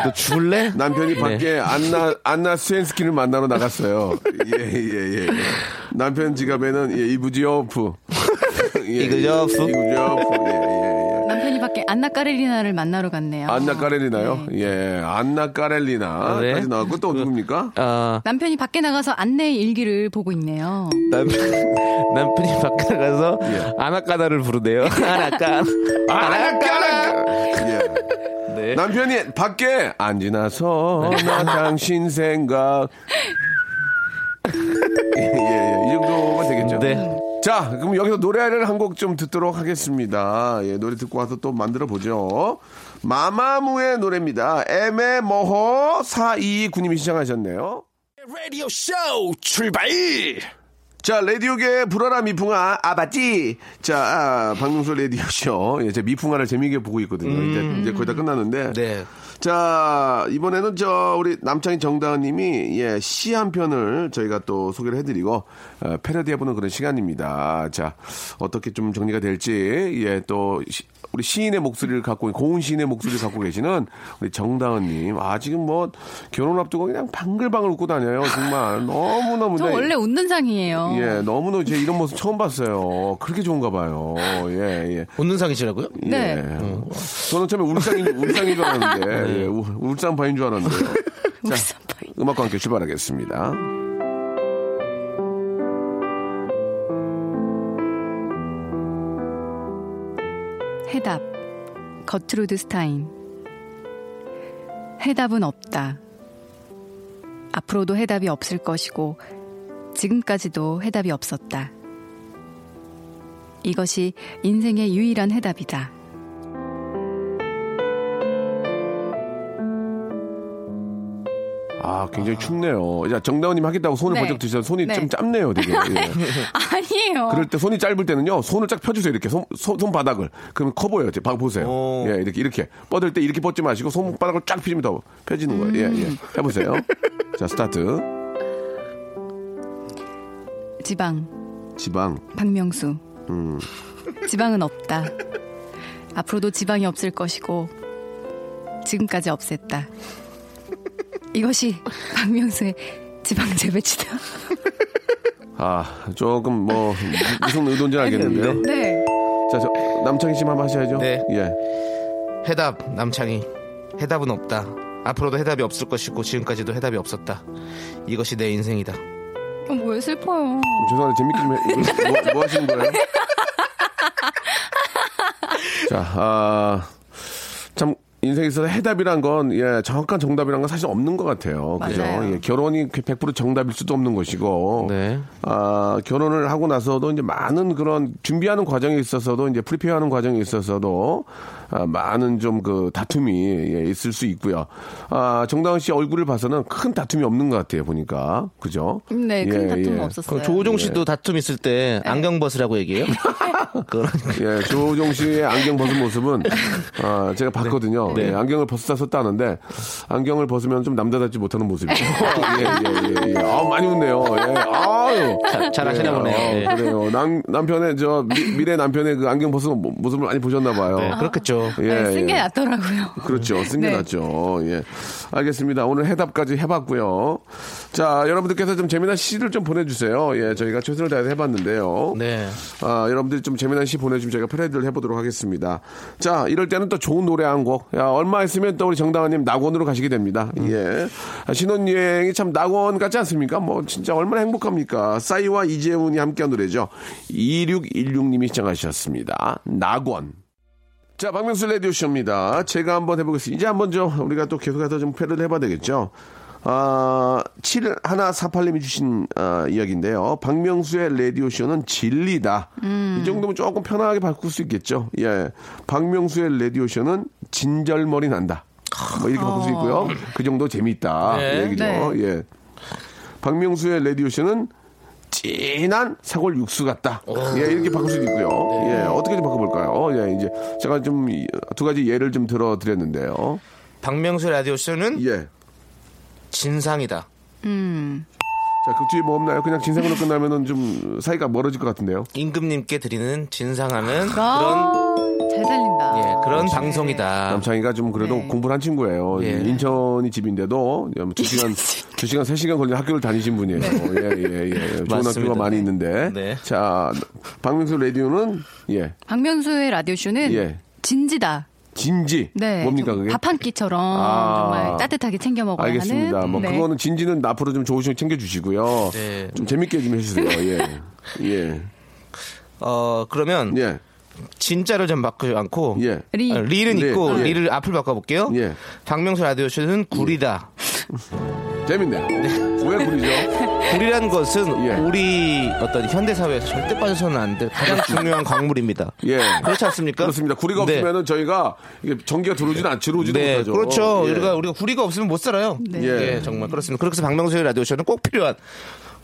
[SPEAKER 4] 너 죽을래?
[SPEAKER 1] 남편이
[SPEAKER 4] 네.
[SPEAKER 1] 밖에 안나 안나 스웬스키를 만나러 나갔어요. 예예예. 남편 지갑에는 예, 이브지오프. 예,
[SPEAKER 4] 이그저프.
[SPEAKER 1] 예, 이그저프. 예, 예, 예.
[SPEAKER 3] 남편이 밖에 안나 까레리나를 만나러 갔네요.
[SPEAKER 1] 안나 까렐리나요? 예, 안나 까렐리나까지
[SPEAKER 4] 네.
[SPEAKER 1] 나왔고 또 누굽니까?
[SPEAKER 4] 아,
[SPEAKER 3] 남편이 밖에 나가서 안내의 일기를 보고 있네요.
[SPEAKER 4] 남편, 남편이 밖에 나가서
[SPEAKER 1] 예.
[SPEAKER 4] 아나까나를 부르네요. 아나까. 아나까나.
[SPEAKER 1] 예.
[SPEAKER 4] 네.
[SPEAKER 1] 남편이 밖에 안 지나서 나 당신 생각. 예, 예, 예. 이 정도가 되겠죠.
[SPEAKER 4] 네.
[SPEAKER 1] 자, 그럼 여기서 노래를 한 곡 좀 듣도록 하겠습니다. 예, 노래 듣고 와서 또 만들어 보죠. 마마무의 노래입니다. 에메모호 42 군님이 시청하셨네요.
[SPEAKER 2] 라디오 쇼 출발!
[SPEAKER 1] 자, 라디오계의 불어라 미풍아, 아바지! 자, 아, 박명수 라디오쇼. 예, 제 미풍아를 재미있게 보고 있거든요. 이제, 이제 거의 다 끝났는데.
[SPEAKER 4] 음. 네.
[SPEAKER 1] 자, 이번에는 저, 우리 남창희 정다은 님이, 예, 시 한 편을 저희가 또 소개를 해드리고, 어, 패러디해보는 그런 시간입니다. 자, 어떻게 좀 정리가 될지, 예, 또, 시- 우리 시인의 목소리를 갖고, 고운 시인의 목소리를 갖고 계시는 우리 정다은 님. 아, 지금 뭐, 결혼 앞두고 그냥 방글방글 웃고 다녀요. 정말. 너무너무.
[SPEAKER 3] 저
[SPEAKER 1] 나-
[SPEAKER 3] 원래 웃는 상이에요.
[SPEAKER 1] 네. 예, 너무너무 제 이런 모습 처음 봤어요. 그렇게 좋은가 봐요. 예, 예.
[SPEAKER 4] 웃는 상이시라고요?
[SPEAKER 1] 예.
[SPEAKER 3] 네.
[SPEAKER 1] 저는 처음에 울상인, 울상인 줄 알았는데, 예, 우- 울산파인 줄 알았는데. 자, 음악과 함께 출발하겠습니다.
[SPEAKER 3] 해답 거트루드 스타인 해답은 없다. 앞으로도 해답이 없을 것이고 지금까지도 해답이 없었다. 이것이 인생의 유일한 해답이다.
[SPEAKER 1] 아, 굉장히 춥네요. 자, 정다운님 하겠다고 손을
[SPEAKER 3] 네.
[SPEAKER 1] 번쩍 드시다 손이
[SPEAKER 3] 네.
[SPEAKER 1] 좀 짧네요, 되게. 예.
[SPEAKER 3] 아니에요.
[SPEAKER 1] 그럴 때 손이 짧을 때는요, 손을 쫙 펴주세요, 이렇게. 손, 손, 손바닥을. 그러면 커 보여요. 제 방 보세요.
[SPEAKER 4] 오.
[SPEAKER 1] 예, 이렇게, 이렇게. 뻗을 때 이렇게 뻗지 마시고, 손바닥을 쫙 펴주면 더 펴지는 거예요. 예,
[SPEAKER 3] 음.
[SPEAKER 1] 예. 해보세요. 자, 스타트.
[SPEAKER 3] 지방
[SPEAKER 1] 지방.
[SPEAKER 3] 박명수.
[SPEAKER 1] 음.
[SPEAKER 3] 지방은 없다. 앞으로도 지방이 없을 것이고 지금까지 없앴다. 이것이 박명수의 지방 재배치다.
[SPEAKER 1] 아, 조금 뭐 무슨 의도인지 알겠는데요.
[SPEAKER 3] 네.
[SPEAKER 1] 자, 저 남창희 씨 한번 하셔야죠.
[SPEAKER 4] 네.
[SPEAKER 1] 예.
[SPEAKER 4] 해답 남창희 해답은 없다 앞으로도 해답이 없을 것이고 지금까지도 해답이 없었다 이것이 내 인생이다
[SPEAKER 3] 그럼 왜 슬퍼요?
[SPEAKER 1] 죄송한데 재밌게 좀 해. 뭐, 뭐 하시는 거예요? 자, 아, 참 인생에 있어서 해답이란 건, 예, 정확한 정답이란 건 사실 없는 것 같아요. 그죠?
[SPEAKER 3] 맞아요.
[SPEAKER 1] 예, 결혼이 100% 정답일 수도 없는 것이고,
[SPEAKER 4] 네.
[SPEAKER 1] 아, 결혼을 하고 나서도 이제 많은 그런 준비하는 과정에 있어서도 이제 프리페어 하는 과정에 있어서도 아, 많은 좀 그 다툼이 예, 있을 수 있고요. 아, 정다은 씨 얼굴을 봐서는 큰 다툼이 없는 것 같아요, 보니까. 그죠?
[SPEAKER 3] 네, 큰
[SPEAKER 1] 예,
[SPEAKER 3] 다툼은
[SPEAKER 1] 예.
[SPEAKER 3] 없었어요.
[SPEAKER 4] 그럼 조우종 씨도 다툼 있을 때 안경 벗으라고 얘기해요? 그런
[SPEAKER 1] 예, 조우종 씨의 안경 벗은 모습은 아, 제가 봤거든요.
[SPEAKER 4] 네.
[SPEAKER 1] 예, 안경을 벗었다 썼다는데 안경을 벗으면 좀 남자답지 못하는 모습이죠. 예, 예, 예, 예. 아, 많이 웃네요. 예. 아유.
[SPEAKER 4] 잘- 잘 하시나
[SPEAKER 1] 예,
[SPEAKER 4] 보네요.
[SPEAKER 1] 아,
[SPEAKER 4] 예.
[SPEAKER 1] 그래요. 남, 남편의 저 미, 래 남편의 그 안경 벗은 모- 모습을 많이 보셨나 봐요.
[SPEAKER 3] 아.
[SPEAKER 4] 네, 그렇겠죠.
[SPEAKER 1] 예,
[SPEAKER 3] 쓴게
[SPEAKER 1] 예.
[SPEAKER 3] 낫더라고요.
[SPEAKER 1] 그렇죠. 쓴 게
[SPEAKER 3] 네.
[SPEAKER 1] 낫죠. 예. 알겠습니다. 오늘 해답까지 해봤고요. 자, 여러분들께서 좀 재미난 시를 좀 보내주세요. 예, 저희가 최선을 다해서 해봤는데요.
[SPEAKER 4] 네.
[SPEAKER 1] 아, 여러분들이 좀 재미난 시 보내주면 저희가 패러디를 해보도록 하겠습니다. 자, 이럴 때는 또 좋은 노래 한 곡. 야, 얼마 있으면 또 우리 정당한님 낙원으로 가시게 됩니다. 예. 아, 신혼여행이 참 낙원 같지 않습니까? 뭐, 진짜 얼마나 행복합니까? 싸이와 이재훈이 함께한 노래죠. 2616님이 시청하셨습니다. 낙원. 자, 박명수 레디오쇼입니다. 제가 한번 해보겠습니다. 이제 한번 좀 우리가 또 계속해서 좀 패를 해봐야 되겠죠. 아, 7 하나 48님이 주신 아, 이야기인데요. 박명수의 라디오쇼는 진리다. 이 정도면 조금 편하게 바꿀 수 있겠죠. 예. 박명수의 라디오쇼는 진절머리 난다. 뭐 이렇게 바꿀 수 있고요. 그 정도 재미있다.
[SPEAKER 4] 네.
[SPEAKER 1] 이 얘기죠.
[SPEAKER 3] 네.
[SPEAKER 1] 예. 박명수의 라디오쇼는 진한 사골 육수 같다. 예, 이렇게 바꿀 수도 있고요.
[SPEAKER 4] 네.
[SPEAKER 1] 예, 어떻게 좀 바꿔볼까요? 어, 예, 이제 제가 좀 두 가지 예를 좀 들어드렸는데요.
[SPEAKER 4] 박명수 라디오 쇼는
[SPEAKER 1] 예. 자,
[SPEAKER 4] 진상이다.
[SPEAKER 1] 그 뒤에 뭐 없나요? 그냥 진상으로 끝나면은 좀 사이가 멀어질 것 같은데요.
[SPEAKER 4] 임금님께 드리는 진상하는 그런
[SPEAKER 3] 아, 잘 살린다.
[SPEAKER 4] 예, 그런 방송이다.
[SPEAKER 1] 남창이가 좀 그래도
[SPEAKER 3] 네.
[SPEAKER 1] 공부를 한 친구예요.
[SPEAKER 4] 아. 예.
[SPEAKER 1] 인천이 집인데도 예, 뭐 두 시간, 두 시간, 세 시간 걸려 학교를 다니신 분이에요. 예, 예, 예. 좋은
[SPEAKER 4] 네. 맞습니다.
[SPEAKER 1] 학교가 많이 있는데.
[SPEAKER 4] 네.
[SPEAKER 1] 자, 박명수 라디오는 예,
[SPEAKER 3] 박명수의 라디오 쇼는
[SPEAKER 1] 예.
[SPEAKER 3] 진지다.
[SPEAKER 1] 진지.
[SPEAKER 3] 네.
[SPEAKER 1] 뭡니까 그게?
[SPEAKER 3] 밥 한 끼처럼
[SPEAKER 1] 아.
[SPEAKER 3] 정말 따뜻하게 챙겨 먹어야
[SPEAKER 1] 알겠습니다.
[SPEAKER 3] 하는.
[SPEAKER 1] 뭐
[SPEAKER 3] 네.
[SPEAKER 1] 그거는 진지는 앞으로 좀 조우시면 챙겨주시고요.
[SPEAKER 4] 네.
[SPEAKER 1] 좀 재밌게 좀 해주세요.
[SPEAKER 3] 네.
[SPEAKER 1] 예. 예.
[SPEAKER 4] 어, 그러면
[SPEAKER 1] 예.
[SPEAKER 4] 진짜를 좀 바꾸지 않고
[SPEAKER 1] 예.
[SPEAKER 3] 리.
[SPEAKER 4] 아, 리는
[SPEAKER 1] 리.
[SPEAKER 4] 있고
[SPEAKER 1] 예.
[SPEAKER 4] 리를 앞을 바꿔볼게요.
[SPEAKER 1] 예.
[SPEAKER 4] 박명수 라디오 쇼는 구리다.
[SPEAKER 1] 재밌네요. 왜 부르죠?
[SPEAKER 4] 구리란 것은
[SPEAKER 1] 예.
[SPEAKER 4] 우리 어떤 현대 사회에서 절대 빠져서는 안 될 가장 중요한 광물입니다.
[SPEAKER 1] 예.
[SPEAKER 4] 그렇지 않습니까?
[SPEAKER 1] 그렇습니다. 구리가
[SPEAKER 4] 네.
[SPEAKER 1] 없으면은 저희가 이게 전기가 들어오지도 안, 들어오지도
[SPEAKER 4] 네,
[SPEAKER 1] 못하죠.
[SPEAKER 4] 그렇죠.
[SPEAKER 1] 예.
[SPEAKER 4] 우리가 우리가 구리가 없으면 못 살아요.
[SPEAKER 3] 네.
[SPEAKER 1] 예.
[SPEAKER 4] 예, 정말 그렇습니다. 그래서 박명수의 라디오 쇼는 꼭 필요한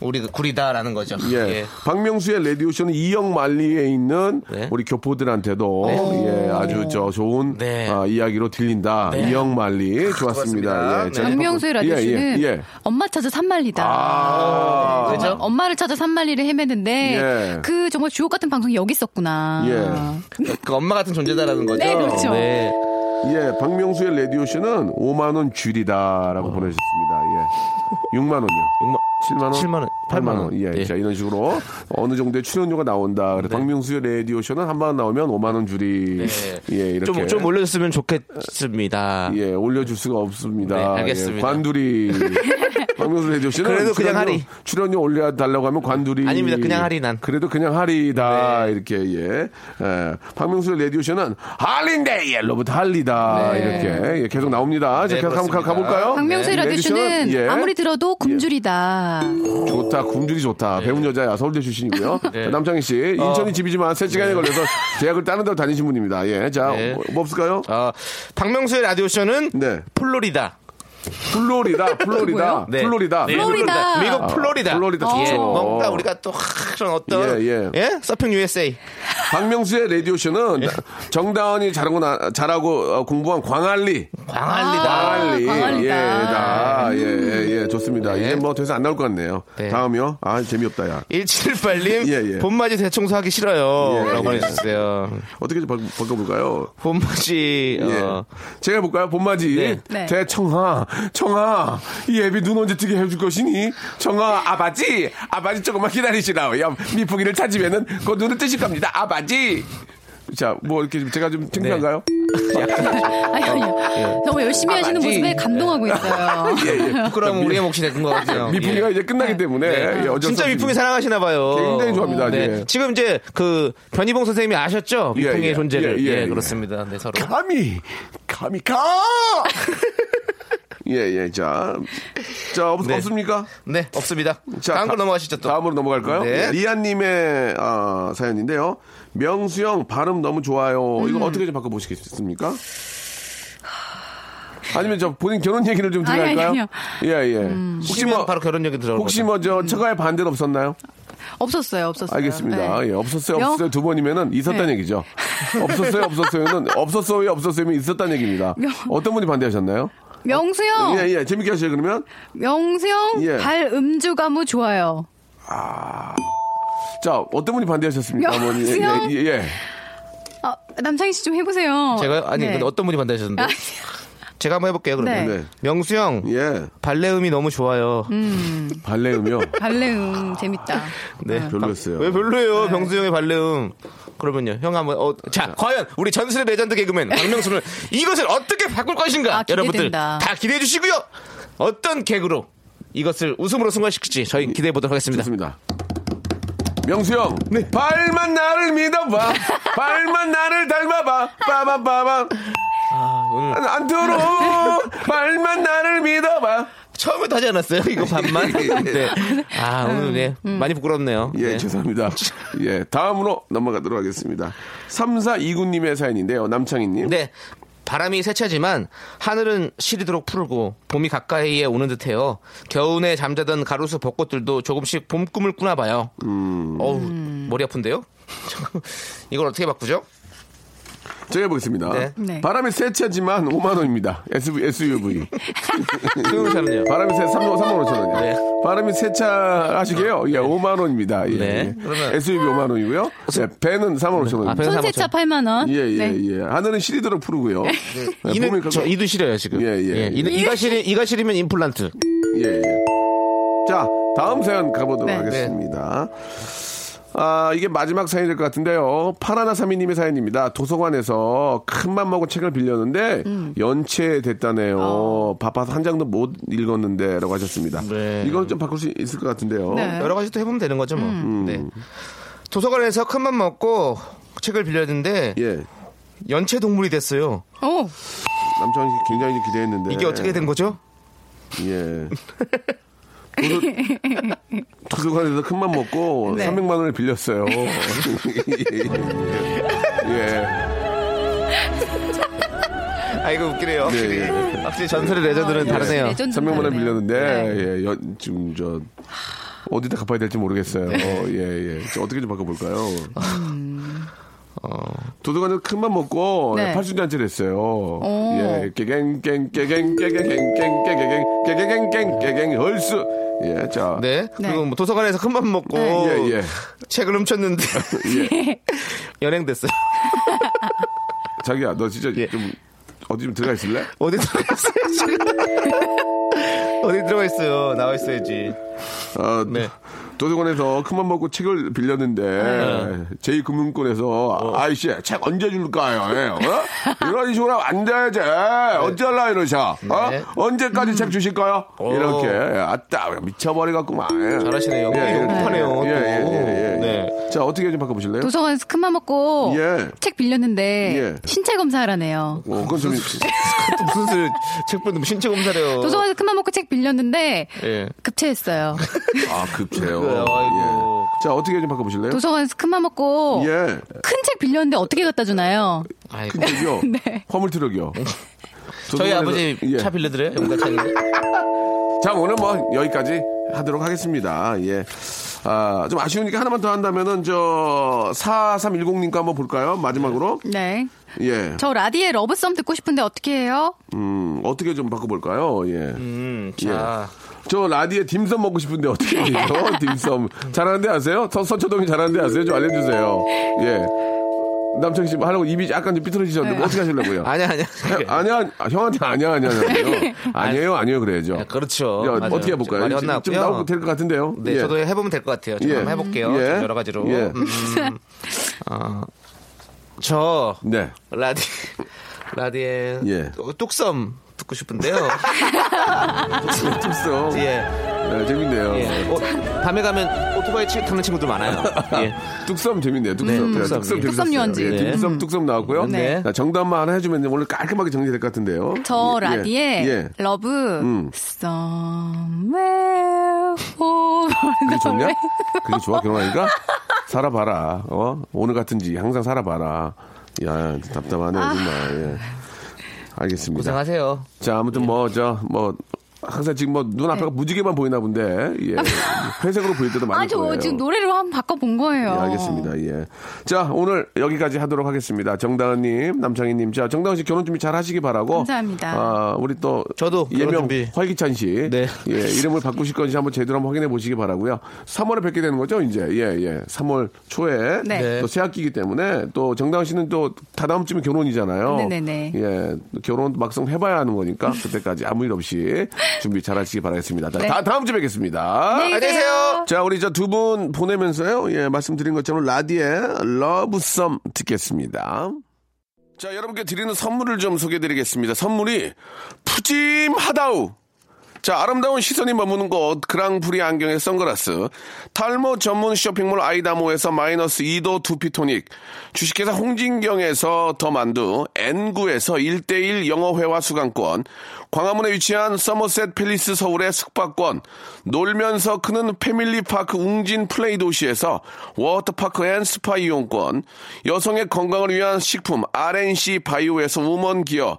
[SPEAKER 4] 우리 그 구리다라는 거죠.
[SPEAKER 1] 예. 박명수의 라디오쇼는 이영 만리에 있는
[SPEAKER 4] 네.
[SPEAKER 1] 우리 교포들한테도 예, 아주 저 좋은
[SPEAKER 4] 네.
[SPEAKER 1] 아, 이야기로 들린다. 이영 만리 좋았습니다.
[SPEAKER 4] 고맙습니다.
[SPEAKER 1] 예,
[SPEAKER 4] 네.
[SPEAKER 1] 저희
[SPEAKER 3] 박명수의
[SPEAKER 1] 예,
[SPEAKER 3] 라디오
[SPEAKER 1] 예,
[SPEAKER 3] 쇼는
[SPEAKER 1] 예.
[SPEAKER 3] 엄마 찾아 산말리다.
[SPEAKER 1] 아.
[SPEAKER 3] 정말
[SPEAKER 4] 그죠?
[SPEAKER 3] 엄마를 찾아 산말리를 헤매는데
[SPEAKER 1] 예.
[SPEAKER 3] 그 정말 주옥 같은 방송이 여기 있었구나.
[SPEAKER 1] 예.
[SPEAKER 4] 그 엄마 같은 존재다라는 거죠.
[SPEAKER 3] 네, 그렇죠.
[SPEAKER 4] 네.
[SPEAKER 1] 예, 박명수의 라디오쇼는 5만원 줄이다라고 보내주셨습니다. 예. 6만원이요. 7만원?
[SPEAKER 4] 7만원,
[SPEAKER 1] 8만원.
[SPEAKER 4] 8만원.
[SPEAKER 1] 예. 네.
[SPEAKER 4] 예.
[SPEAKER 1] 자, 이런 식으로 어느 정도의 출연료가 나온다. 그래서 박명수의 라디오쇼는 한 번 나오면 5만원 줄이. 예, 이렇게.
[SPEAKER 4] 좀, 좀 올려줬으면 좋겠습니다.
[SPEAKER 1] 예, 올려줄 수가 없습니다.
[SPEAKER 4] 아. 네, 알겠습니다.
[SPEAKER 1] 예, 관두리. 박명수 라디오쇼는.
[SPEAKER 4] 그래도 그냥 할인.
[SPEAKER 1] 출연료 올려달라고 하면 관두리.
[SPEAKER 4] 아닙니다. 그냥 할인한. 네.
[SPEAKER 1] 그래도 그냥 할이다. 이렇게, 예. 예. 박명수 라디오쇼는 할인데이 예, 로부터 할리다. 이렇게. 예, 계속 나옵니다. 자,
[SPEAKER 4] 네,
[SPEAKER 1] 계속 한번 가-
[SPEAKER 4] 그렇습니다.
[SPEAKER 1] 가볼까요?
[SPEAKER 3] 박명수의
[SPEAKER 1] 네.
[SPEAKER 3] 라디오 쇼는
[SPEAKER 1] 예.
[SPEAKER 3] 아무리 들어도 굶주리다.
[SPEAKER 1] 좋다, 굶주리 좋다.
[SPEAKER 4] 네.
[SPEAKER 1] 배운 여자야, 서울대 출신이고요. 자, 남창희 씨,
[SPEAKER 4] 어.
[SPEAKER 1] 인천이 집이지만 세시간에 걸려서 대학을 다른 데로 다니신 분입니다. 예, 자,
[SPEAKER 4] 네.
[SPEAKER 1] 뭐, 뭐 없을까요?
[SPEAKER 4] 어, 박명수의 라디오 쇼는
[SPEAKER 1] 네.
[SPEAKER 4] 플로리다.
[SPEAKER 1] 플로리다, 플로리다,
[SPEAKER 4] 네.
[SPEAKER 1] 플로리다.
[SPEAKER 4] 네,
[SPEAKER 3] 플로리다.
[SPEAKER 4] 미국 플로리다.
[SPEAKER 1] 아, 플로리다
[SPEAKER 4] 예,
[SPEAKER 1] 좋죠.
[SPEAKER 4] 뭔가 우리가 또 그런 어떤
[SPEAKER 1] 예, 예.
[SPEAKER 4] 서핑 USA.
[SPEAKER 1] 박명수의 라디오쇼는
[SPEAKER 4] 예.
[SPEAKER 1] 정다은이 잘하고, 나- 잘하고 어, 공부한 광안리.
[SPEAKER 4] 광안리다.
[SPEAKER 1] 광안리.
[SPEAKER 3] 아, 광안리다. 음.
[SPEAKER 1] 예, 다. 예, 예, 예, 좋습니다.
[SPEAKER 4] 네.
[SPEAKER 1] 이제 뭐 더 이상 안 나올 것 같네요.
[SPEAKER 4] 네.
[SPEAKER 1] 다음이요? 아, 재미없다, 야.
[SPEAKER 4] 1718님
[SPEAKER 1] 예, 예.
[SPEAKER 4] 봄맞이 대청소하기 싫어요.
[SPEAKER 1] 예,
[SPEAKER 4] 라고
[SPEAKER 1] 예.
[SPEAKER 4] 해주세요.
[SPEAKER 1] 어떻게 좀 바- 바꿔볼까요?
[SPEAKER 4] 봄맞이
[SPEAKER 1] 예.
[SPEAKER 4] 어,
[SPEAKER 1] 제가 볼까요? 봄맞이.
[SPEAKER 4] 네.
[SPEAKER 3] 네.
[SPEAKER 1] 대청아, 청아, 이 애비 눈 언제 뜨게 해줄 것이니? 청아, 아버지, 아버지 조금만 기다리시라. 야, 미풍이를 찾으면은 곧 눈을 뜨실 겁니다. 아버지. 자, 뭐 이렇게 좀 제가
[SPEAKER 4] 네.
[SPEAKER 1] 좀 창피한가요? 예,
[SPEAKER 3] 아니, 아니요. 너무 열심히 하시는
[SPEAKER 1] 맞지.
[SPEAKER 3] 모습에 감동하고
[SPEAKER 4] 예.
[SPEAKER 3] 있어요.
[SPEAKER 1] 예.
[SPEAKER 4] 부끄러움은 우리의 몫이 된것 같아요.
[SPEAKER 1] 미풍이가
[SPEAKER 4] 예. 네.
[SPEAKER 1] 이제
[SPEAKER 3] 네.
[SPEAKER 1] 끝나기 때문에 예, 어쩔 수
[SPEAKER 4] 진짜
[SPEAKER 1] 없이
[SPEAKER 4] 미풍이 사랑하시나 봐요.
[SPEAKER 1] 굉장히 좋아합니다.
[SPEAKER 4] 네.
[SPEAKER 1] 예.
[SPEAKER 4] 지금 이제 그 변희봉 선생님이 아셨죠?
[SPEAKER 1] 예,
[SPEAKER 4] 미풍의
[SPEAKER 1] 예.
[SPEAKER 4] 존재를.
[SPEAKER 1] 예,
[SPEAKER 4] 예,
[SPEAKER 1] 예, 예.
[SPEAKER 4] 그렇습니다. 네, 서로.
[SPEAKER 1] 감히,
[SPEAKER 2] 감히 가!
[SPEAKER 1] 예, 예. 자. 자, 없,
[SPEAKER 4] 네.
[SPEAKER 1] 없습니까?
[SPEAKER 4] 네, 없습니다.
[SPEAKER 1] 다-
[SPEAKER 4] 다음 걸 넘어가시죠 또.
[SPEAKER 1] 다음으로 넘어갈까요? 예,
[SPEAKER 4] 네.
[SPEAKER 1] 리아님의 아, 사연인데요. 명수형 발음 너무 좋아요. 이거 어떻게 좀 바꿔보시겠습니까? 아니면 저 본인 결혼 얘기를 좀
[SPEAKER 3] 아니, 아니,
[SPEAKER 1] 들어갈까요?
[SPEAKER 3] 아니요.
[SPEAKER 1] 예, 예. 혹시
[SPEAKER 4] 음. 혹시면
[SPEAKER 1] 뭐,
[SPEAKER 4] 바로 결혼 얘기 들어가.
[SPEAKER 1] 혹시 뭐 저 처가에 반대는 없었나요?
[SPEAKER 3] 없었어요, 없었어요.
[SPEAKER 1] 알겠습니다.
[SPEAKER 3] 네.
[SPEAKER 1] 예, 없었어요,
[SPEAKER 3] 명-
[SPEAKER 1] 없었어요. 두 번이면은 있었다는
[SPEAKER 3] 네.
[SPEAKER 1] 얘기죠. 없었어요, 없었어요는 없었어요, 없었어요면 있었다는 얘기입니다.
[SPEAKER 3] 명- 어.
[SPEAKER 1] 어떤 분이 반대하셨나요?
[SPEAKER 3] 명수형,
[SPEAKER 1] 예, 예. 재밌게 하세요, 그러면.
[SPEAKER 3] 명수형
[SPEAKER 1] 예.
[SPEAKER 3] 발 음주 가무 좋아요.
[SPEAKER 1] 자, 어떤 분이 반대하셨습니까?
[SPEAKER 3] 명-
[SPEAKER 1] 어머니? 예,
[SPEAKER 3] 수영?
[SPEAKER 1] 예, 예.
[SPEAKER 3] 아, 남창희 씨 좀 해보세요.
[SPEAKER 4] 제가 아니
[SPEAKER 3] 네.
[SPEAKER 4] 근데 어떤 분이 반대하셨는데
[SPEAKER 3] 아니,
[SPEAKER 4] 제가 한번 해볼게요 그러면
[SPEAKER 1] 네. 네.
[SPEAKER 4] 명수 형
[SPEAKER 1] 예.
[SPEAKER 4] 발레음이 너무 좋아요.
[SPEAKER 1] 발레음이요.
[SPEAKER 3] 발레음 재밌다.
[SPEAKER 4] 네
[SPEAKER 1] 아, 별로였어요.
[SPEAKER 4] 왜 별로예요
[SPEAKER 3] 네.
[SPEAKER 4] 명수 형의 발레음? 그러면요 형 한번 어, 자 과연 우리 전설의 레전드 개그맨 박명수는 이것을 어떻게 바꿀 것인가
[SPEAKER 3] 아, 기대된다.
[SPEAKER 4] 여러분들 다 기대해 주시고요 어떤 개그로 이것을 웃음으로 승화시킬지 저희 기대해 보도록 하겠습니다.
[SPEAKER 1] 좋습니다. 명수 형,
[SPEAKER 3] 네.
[SPEAKER 1] 발만 나를 믿어봐. 발만 나를 닮아봐. 빠밤빠밤.
[SPEAKER 4] 아, 오늘
[SPEAKER 1] 안, 안 들어. 발만 나를 믿어봐.
[SPEAKER 4] 처음부터 하지 않았어요 이거 반만. 네. 아
[SPEAKER 3] 음.
[SPEAKER 4] 오늘 네 많이 부끄럽네요.
[SPEAKER 1] 예,
[SPEAKER 4] 네.
[SPEAKER 1] 죄송합니다. 예, 다음으로 넘어가도록 하겠습니다. 3429님의 사연인데요. 남창희님.
[SPEAKER 4] 네. 바람이 세차지만 하늘은 시리도록 푸르고 봄이 가까이에 오는 듯해요. 겨우내 잠자던 가로수 벚꽃들도 조금씩 봄 꿈을 꾸나 봐요.
[SPEAKER 1] 음.
[SPEAKER 4] 어우 머리 아픈데요? 이걸 어떻게 바꾸죠?
[SPEAKER 1] 제가 해보겠습니다.
[SPEAKER 4] 네.
[SPEAKER 3] 네.
[SPEAKER 1] 바람이 세차지만 5만원입니다. SUV.
[SPEAKER 4] 소영씨는요
[SPEAKER 1] 바람이 세, 3만, 3만 5천 원이요.
[SPEAKER 4] 네.
[SPEAKER 1] 바람이 세차하시게요. 예, 5만 원입니다. 예.
[SPEAKER 4] 네.
[SPEAKER 1] 예.
[SPEAKER 4] 그러면- 어, 아,
[SPEAKER 1] SUV 5만 원이고요. 예, 배는 3만 5천 원입니다.
[SPEAKER 4] 앞에
[SPEAKER 3] 손세차 8만 원.
[SPEAKER 1] 예, 예,
[SPEAKER 3] 네.
[SPEAKER 1] 예. 하늘은 시리도록 푸르고요. 예, 봄이
[SPEAKER 4] 네. 이는
[SPEAKER 1] 가까-
[SPEAKER 4] 저 이도 시려요 지금.
[SPEAKER 1] 예, 예, 예.
[SPEAKER 4] 이는 이가 시리 이가 시리면 임플란트.
[SPEAKER 1] 예, 예. 자, 다음 사연 가보도록
[SPEAKER 3] 네.
[SPEAKER 1] 하겠습니다. 아, 이게 마지막 사연이 될 것 같은데요. 파라나 사미님의 사연입니다. 도서관에서 큰맘 먹고 책을 빌렸는데,
[SPEAKER 3] 음.
[SPEAKER 1] 연체됐다네요.
[SPEAKER 3] 어.
[SPEAKER 1] 바빠서 한 장도 못 읽었는데, 라고 하셨습니다.
[SPEAKER 4] 네.
[SPEAKER 1] 이건 좀 바꿀 수 있을 것 같은데요.
[SPEAKER 3] 네.
[SPEAKER 4] 여러 가지 또 해보면 되는 거죠 뭐.
[SPEAKER 1] 음.
[SPEAKER 4] 네. 도서관에서 큰 맘 먹고 책을 빌렸는데
[SPEAKER 1] 예.
[SPEAKER 4] 연체 동물이 됐어요.
[SPEAKER 3] 오,
[SPEAKER 1] 남창희 씨 굉장히 기대했는데.
[SPEAKER 4] 이게 어떻게 된 거죠?
[SPEAKER 1] 예. 도서, 도서관에서 큰맘 먹고
[SPEAKER 3] 네.
[SPEAKER 1] 300만 원을 빌렸어요. 예.
[SPEAKER 4] 아 이거 웃기네요. 확실히,
[SPEAKER 1] 예,
[SPEAKER 4] 확실히 전설의 레전드는 다르네요.
[SPEAKER 3] 레전드
[SPEAKER 1] 300만 원
[SPEAKER 3] 다르네요.
[SPEAKER 1] 빌렸는데
[SPEAKER 3] 네.
[SPEAKER 1] 예, 여, 지금 저 어디다 갚아야 될지 모르겠어요.
[SPEAKER 3] 네.
[SPEAKER 1] 예, 예. 저 어떻게 좀 바꿔볼까요? 도서관에서 큰맘 먹고
[SPEAKER 3] 음. 네.
[SPEAKER 1] 팔순잔치를 했어요. 예, 깨갱깽깨갱깨갱깨갱깨갱깨갱깨갱깨갱깨갱 얼쑤. 예, 자,
[SPEAKER 4] 네. 그리고 뭐 도서관에서 큰 맘 먹고
[SPEAKER 1] 네. 예, 예.
[SPEAKER 4] 책을 훔쳤는데 연행됐어요.
[SPEAKER 1] 자기야, 너 진짜
[SPEAKER 4] 예.
[SPEAKER 1] 좀 어디 좀 들어가 있을래?
[SPEAKER 4] 어디 들어가 있어요 지금? 어디 들어가 있어요? 나와 있어야지.
[SPEAKER 1] 아,
[SPEAKER 4] 네.
[SPEAKER 1] 도서관에서 큰맘 먹고 책을 빌렸는데
[SPEAKER 4] 네.
[SPEAKER 1] 제2금융권에서
[SPEAKER 4] 어.
[SPEAKER 1] 아이씨 책 언제 줄까요? 예, 어? 이런 식으로 하면 안 되지 어쩔라 이러셔 어?
[SPEAKER 4] 네.
[SPEAKER 1] 언제까지 책 주실까요?
[SPEAKER 4] 오.
[SPEAKER 1] 이렇게 예, 아따 미쳐버리겠구만
[SPEAKER 4] 잘하시네요. 영국파네요.
[SPEAKER 1] 예, 예, 예, 예.
[SPEAKER 4] 네.
[SPEAKER 1] 자 어떻게 좀 바꿔보실래요?
[SPEAKER 3] 도서관에서 큰맘 먹고
[SPEAKER 1] 예.
[SPEAKER 3] 책 빌렸는데
[SPEAKER 1] 예.
[SPEAKER 3] 신체 검사하라네요.
[SPEAKER 1] 어, 그건 좀
[SPEAKER 4] 또 무슨 소리? 책
[SPEAKER 1] 뭐
[SPEAKER 4] 보는데 신체 검사래요.
[SPEAKER 3] 도서관에서 큰맘 먹고 책 빌렸는데
[SPEAKER 4] 예.
[SPEAKER 3] 급체했어요.
[SPEAKER 1] 아, 급해요
[SPEAKER 4] 그래요, 아이고.
[SPEAKER 1] 예. 자 어떻게 좀 바꿔보실래요?
[SPEAKER 3] 도서관에서 큰맘 먹고
[SPEAKER 1] 예.
[SPEAKER 3] 큰 책 빌렸는데 어떻게 갖다 주나요?
[SPEAKER 4] 아이고.
[SPEAKER 1] 큰 책이요? 화물 트럭이요
[SPEAKER 4] 네. 저희
[SPEAKER 1] 그 도서관에서-
[SPEAKER 4] 아버지
[SPEAKER 1] 예.
[SPEAKER 4] 차 빌려드려요. 용차
[SPEAKER 1] 자, 오늘 뭐 여기까지 하도록 하겠습니다. 예. 아, 좀 아쉬우니까 하나만 더 한다면은 저 4310님과 한번 볼까요? 마지막으로.
[SPEAKER 3] 네.
[SPEAKER 1] 예.
[SPEAKER 3] 저 라디의 러브썸 듣고 싶은데 어떻게 해요?
[SPEAKER 1] 음, 어떻게 좀 바꿔 볼까요? 예.
[SPEAKER 4] 음, 자.
[SPEAKER 1] 저 라디에 딤섬 먹고 싶은데 어떻게 해요? 딤섬. 잘하는데 아세요? 서, 서초동이 잘하는데 아세요? 좀 알려 주세요. 예. 남창 씨 하려고 입이 약간 좀 삐뚤어지셨는데 뭐 어떻게 하시려고요?
[SPEAKER 4] 아니야, 네. 아니야.
[SPEAKER 1] 형, 아니야, 아, 형한테 아니야, 아니야, 아니야. 아니에요, 아니에요, 그래야죠.
[SPEAKER 4] 야, 그렇죠.
[SPEAKER 1] 야,
[SPEAKER 4] 맞아요.
[SPEAKER 1] 어떻게 해볼까요?
[SPEAKER 4] 많이
[SPEAKER 1] 지금 좀
[SPEAKER 4] 혼났고요.
[SPEAKER 1] 나올 될것 같은데요.
[SPEAKER 4] 네,
[SPEAKER 1] 예.
[SPEAKER 4] 저도 해보면 될 것 같아요. 제가
[SPEAKER 1] 예.
[SPEAKER 4] 한번 해볼게요.
[SPEAKER 1] 예.
[SPEAKER 4] 좀 여러 가지로.
[SPEAKER 1] 예.
[SPEAKER 4] 음, 어, 저
[SPEAKER 1] 네.
[SPEAKER 4] 라디 라디의
[SPEAKER 1] 예.
[SPEAKER 4] 뚝- 뚝섬 듣고 싶은데요.
[SPEAKER 1] 뚝섬.
[SPEAKER 4] 예.
[SPEAKER 1] 네, 재밌네요.
[SPEAKER 4] 예. 어, 밤에 가면 오토바이 치 타는 친구들 많아요. 예.
[SPEAKER 1] 뚝섬 재밌네요. 뚝섬.
[SPEAKER 4] 네,
[SPEAKER 1] 네, 뚝섬
[SPEAKER 4] 뚝섬. 예.
[SPEAKER 1] 재밌었어요.
[SPEAKER 3] 뚝섬 유원지.
[SPEAKER 1] 예,
[SPEAKER 4] 네.
[SPEAKER 1] 뚝섬 뚝섬 나왔고요.
[SPEAKER 4] 네.
[SPEAKER 1] 자, 정답만 하나 해주면 이제 오늘 깔끔하게 정리될 것 같은데요.
[SPEAKER 3] 저
[SPEAKER 1] 예, 예.
[SPEAKER 3] 라디에
[SPEAKER 1] 예.
[SPEAKER 3] 러브
[SPEAKER 1] 음.
[SPEAKER 3] somewhere over
[SPEAKER 1] 그게
[SPEAKER 3] the
[SPEAKER 1] 좋냐?
[SPEAKER 3] way.
[SPEAKER 1] 그게 좋아 결혼하니까 살아봐라. 어 오늘 같은지 항상 살아봐라. 야 답답하네
[SPEAKER 3] 아.
[SPEAKER 1] 정말. 예. 알겠습니다.
[SPEAKER 4] 고생하세요.
[SPEAKER 1] 자 아무튼 뭐
[SPEAKER 4] 예.
[SPEAKER 1] 저 뭐 항상 지금 뭐 눈 앞에가 무지개만 보이나 본데 예. 회색으로 보일 때도 많을
[SPEAKER 3] 네. 아니 저
[SPEAKER 1] 거예요.
[SPEAKER 3] 지금 노래를 한번 바꿔본 거예요.
[SPEAKER 1] 예, 알겠습니다. 예. 자, 오늘 여기까지 하도록 하겠습니다. 정다은님, 남창희님. 자, 정다은 씨 결혼 준비 잘 하시기 바라고.
[SPEAKER 3] 감사합니다.
[SPEAKER 1] 아, 우리 또.
[SPEAKER 4] 저도 결혼
[SPEAKER 1] 예명
[SPEAKER 4] 준비.
[SPEAKER 1] 활기찬 씨.
[SPEAKER 4] 네.
[SPEAKER 1] 예, 이름을 바꾸실 건지 한번 제대로 한번 확인해 보시기 바라고요 3월에 뵙게 되는 거죠, 이제. 예, 예. 3월 초에.
[SPEAKER 3] 네.
[SPEAKER 4] 네.
[SPEAKER 1] 또 새학기이기 때문에 또 정다은 씨는 또 다다음 주면 결혼이잖아요.
[SPEAKER 3] 네네네.
[SPEAKER 1] 예. 결혼 막상 해봐야 하는 거니까 그때까지 아무 일 없이 준비 잘 하시기 바라겠습니다. 다,
[SPEAKER 3] 네.
[SPEAKER 1] 다 다음 주에 뵙겠습니다.
[SPEAKER 3] 안녕히 계세요.
[SPEAKER 1] 자, 우리 저 두 분 보내면서요. 예, 말씀드린 것처럼 라디의 러브썸 듣겠습니다. 자, 여러분께 드리는 선물을 좀 소개해 드리겠습니다. 선물이 푸짐하다우. 자, 아름다운 시선이 머무는 곳, 그랑프리 안경의 선글라스, 탈모 전문 쇼핑몰 아이다모에서 마이너스 2도 두피토닉, 주식회사 홍진경에서 더 만두, N9에서 1대1 영어회화 수강권, 광화문에 위치한 서머셋 팰리스 서울의 숙박권, 놀면서 크는 패밀리파크 웅진 플레이 도시에서 워터파크 앤 스파 이용권, 여성의 건강을 위한 식품 RNC 바이오에서 우먼 기어,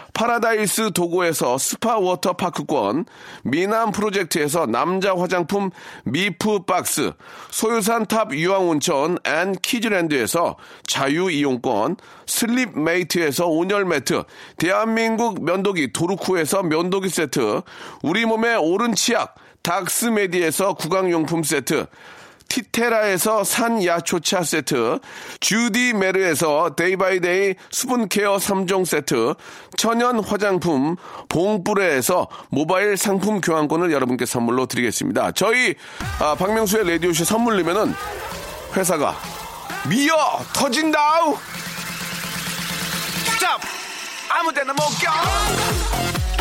[SPEAKER 1] 파라다이스 도고에서 스파 워터파크권, 미남 프로젝트에서 남자 화장품 미프 박스, 소유산 탑 유황온천 앤 키즈랜드에서 자유이용권, 슬립메이트에서 온열매트, 대한민국 면도기 도루쿠에서 면도기 세트, 우리 몸의 오른 치약, 닥스메디에서 구강용품 세트, 티테라에서 산야초차 세트, 주디 메르에서 데이바이데이 수분케어 3종 세트, 천연 화장품 봉뿌레에서 모바일 상품 교환권을 여러분께 선물로 드리겠습니다. 저희 아, 박명수의 라디오쇼 선물 내면은 회사가 미어 터진다우! 짭! 아무 데나 못 껴!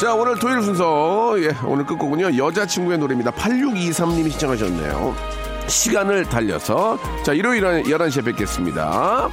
[SPEAKER 1] 자 오늘 토요일 순서 예 오늘 끝곡은요 여자친구의 노래입니다 8623님이 신청하셨네요 시간을 달려서 자 일요일 11시에 뵙겠습니다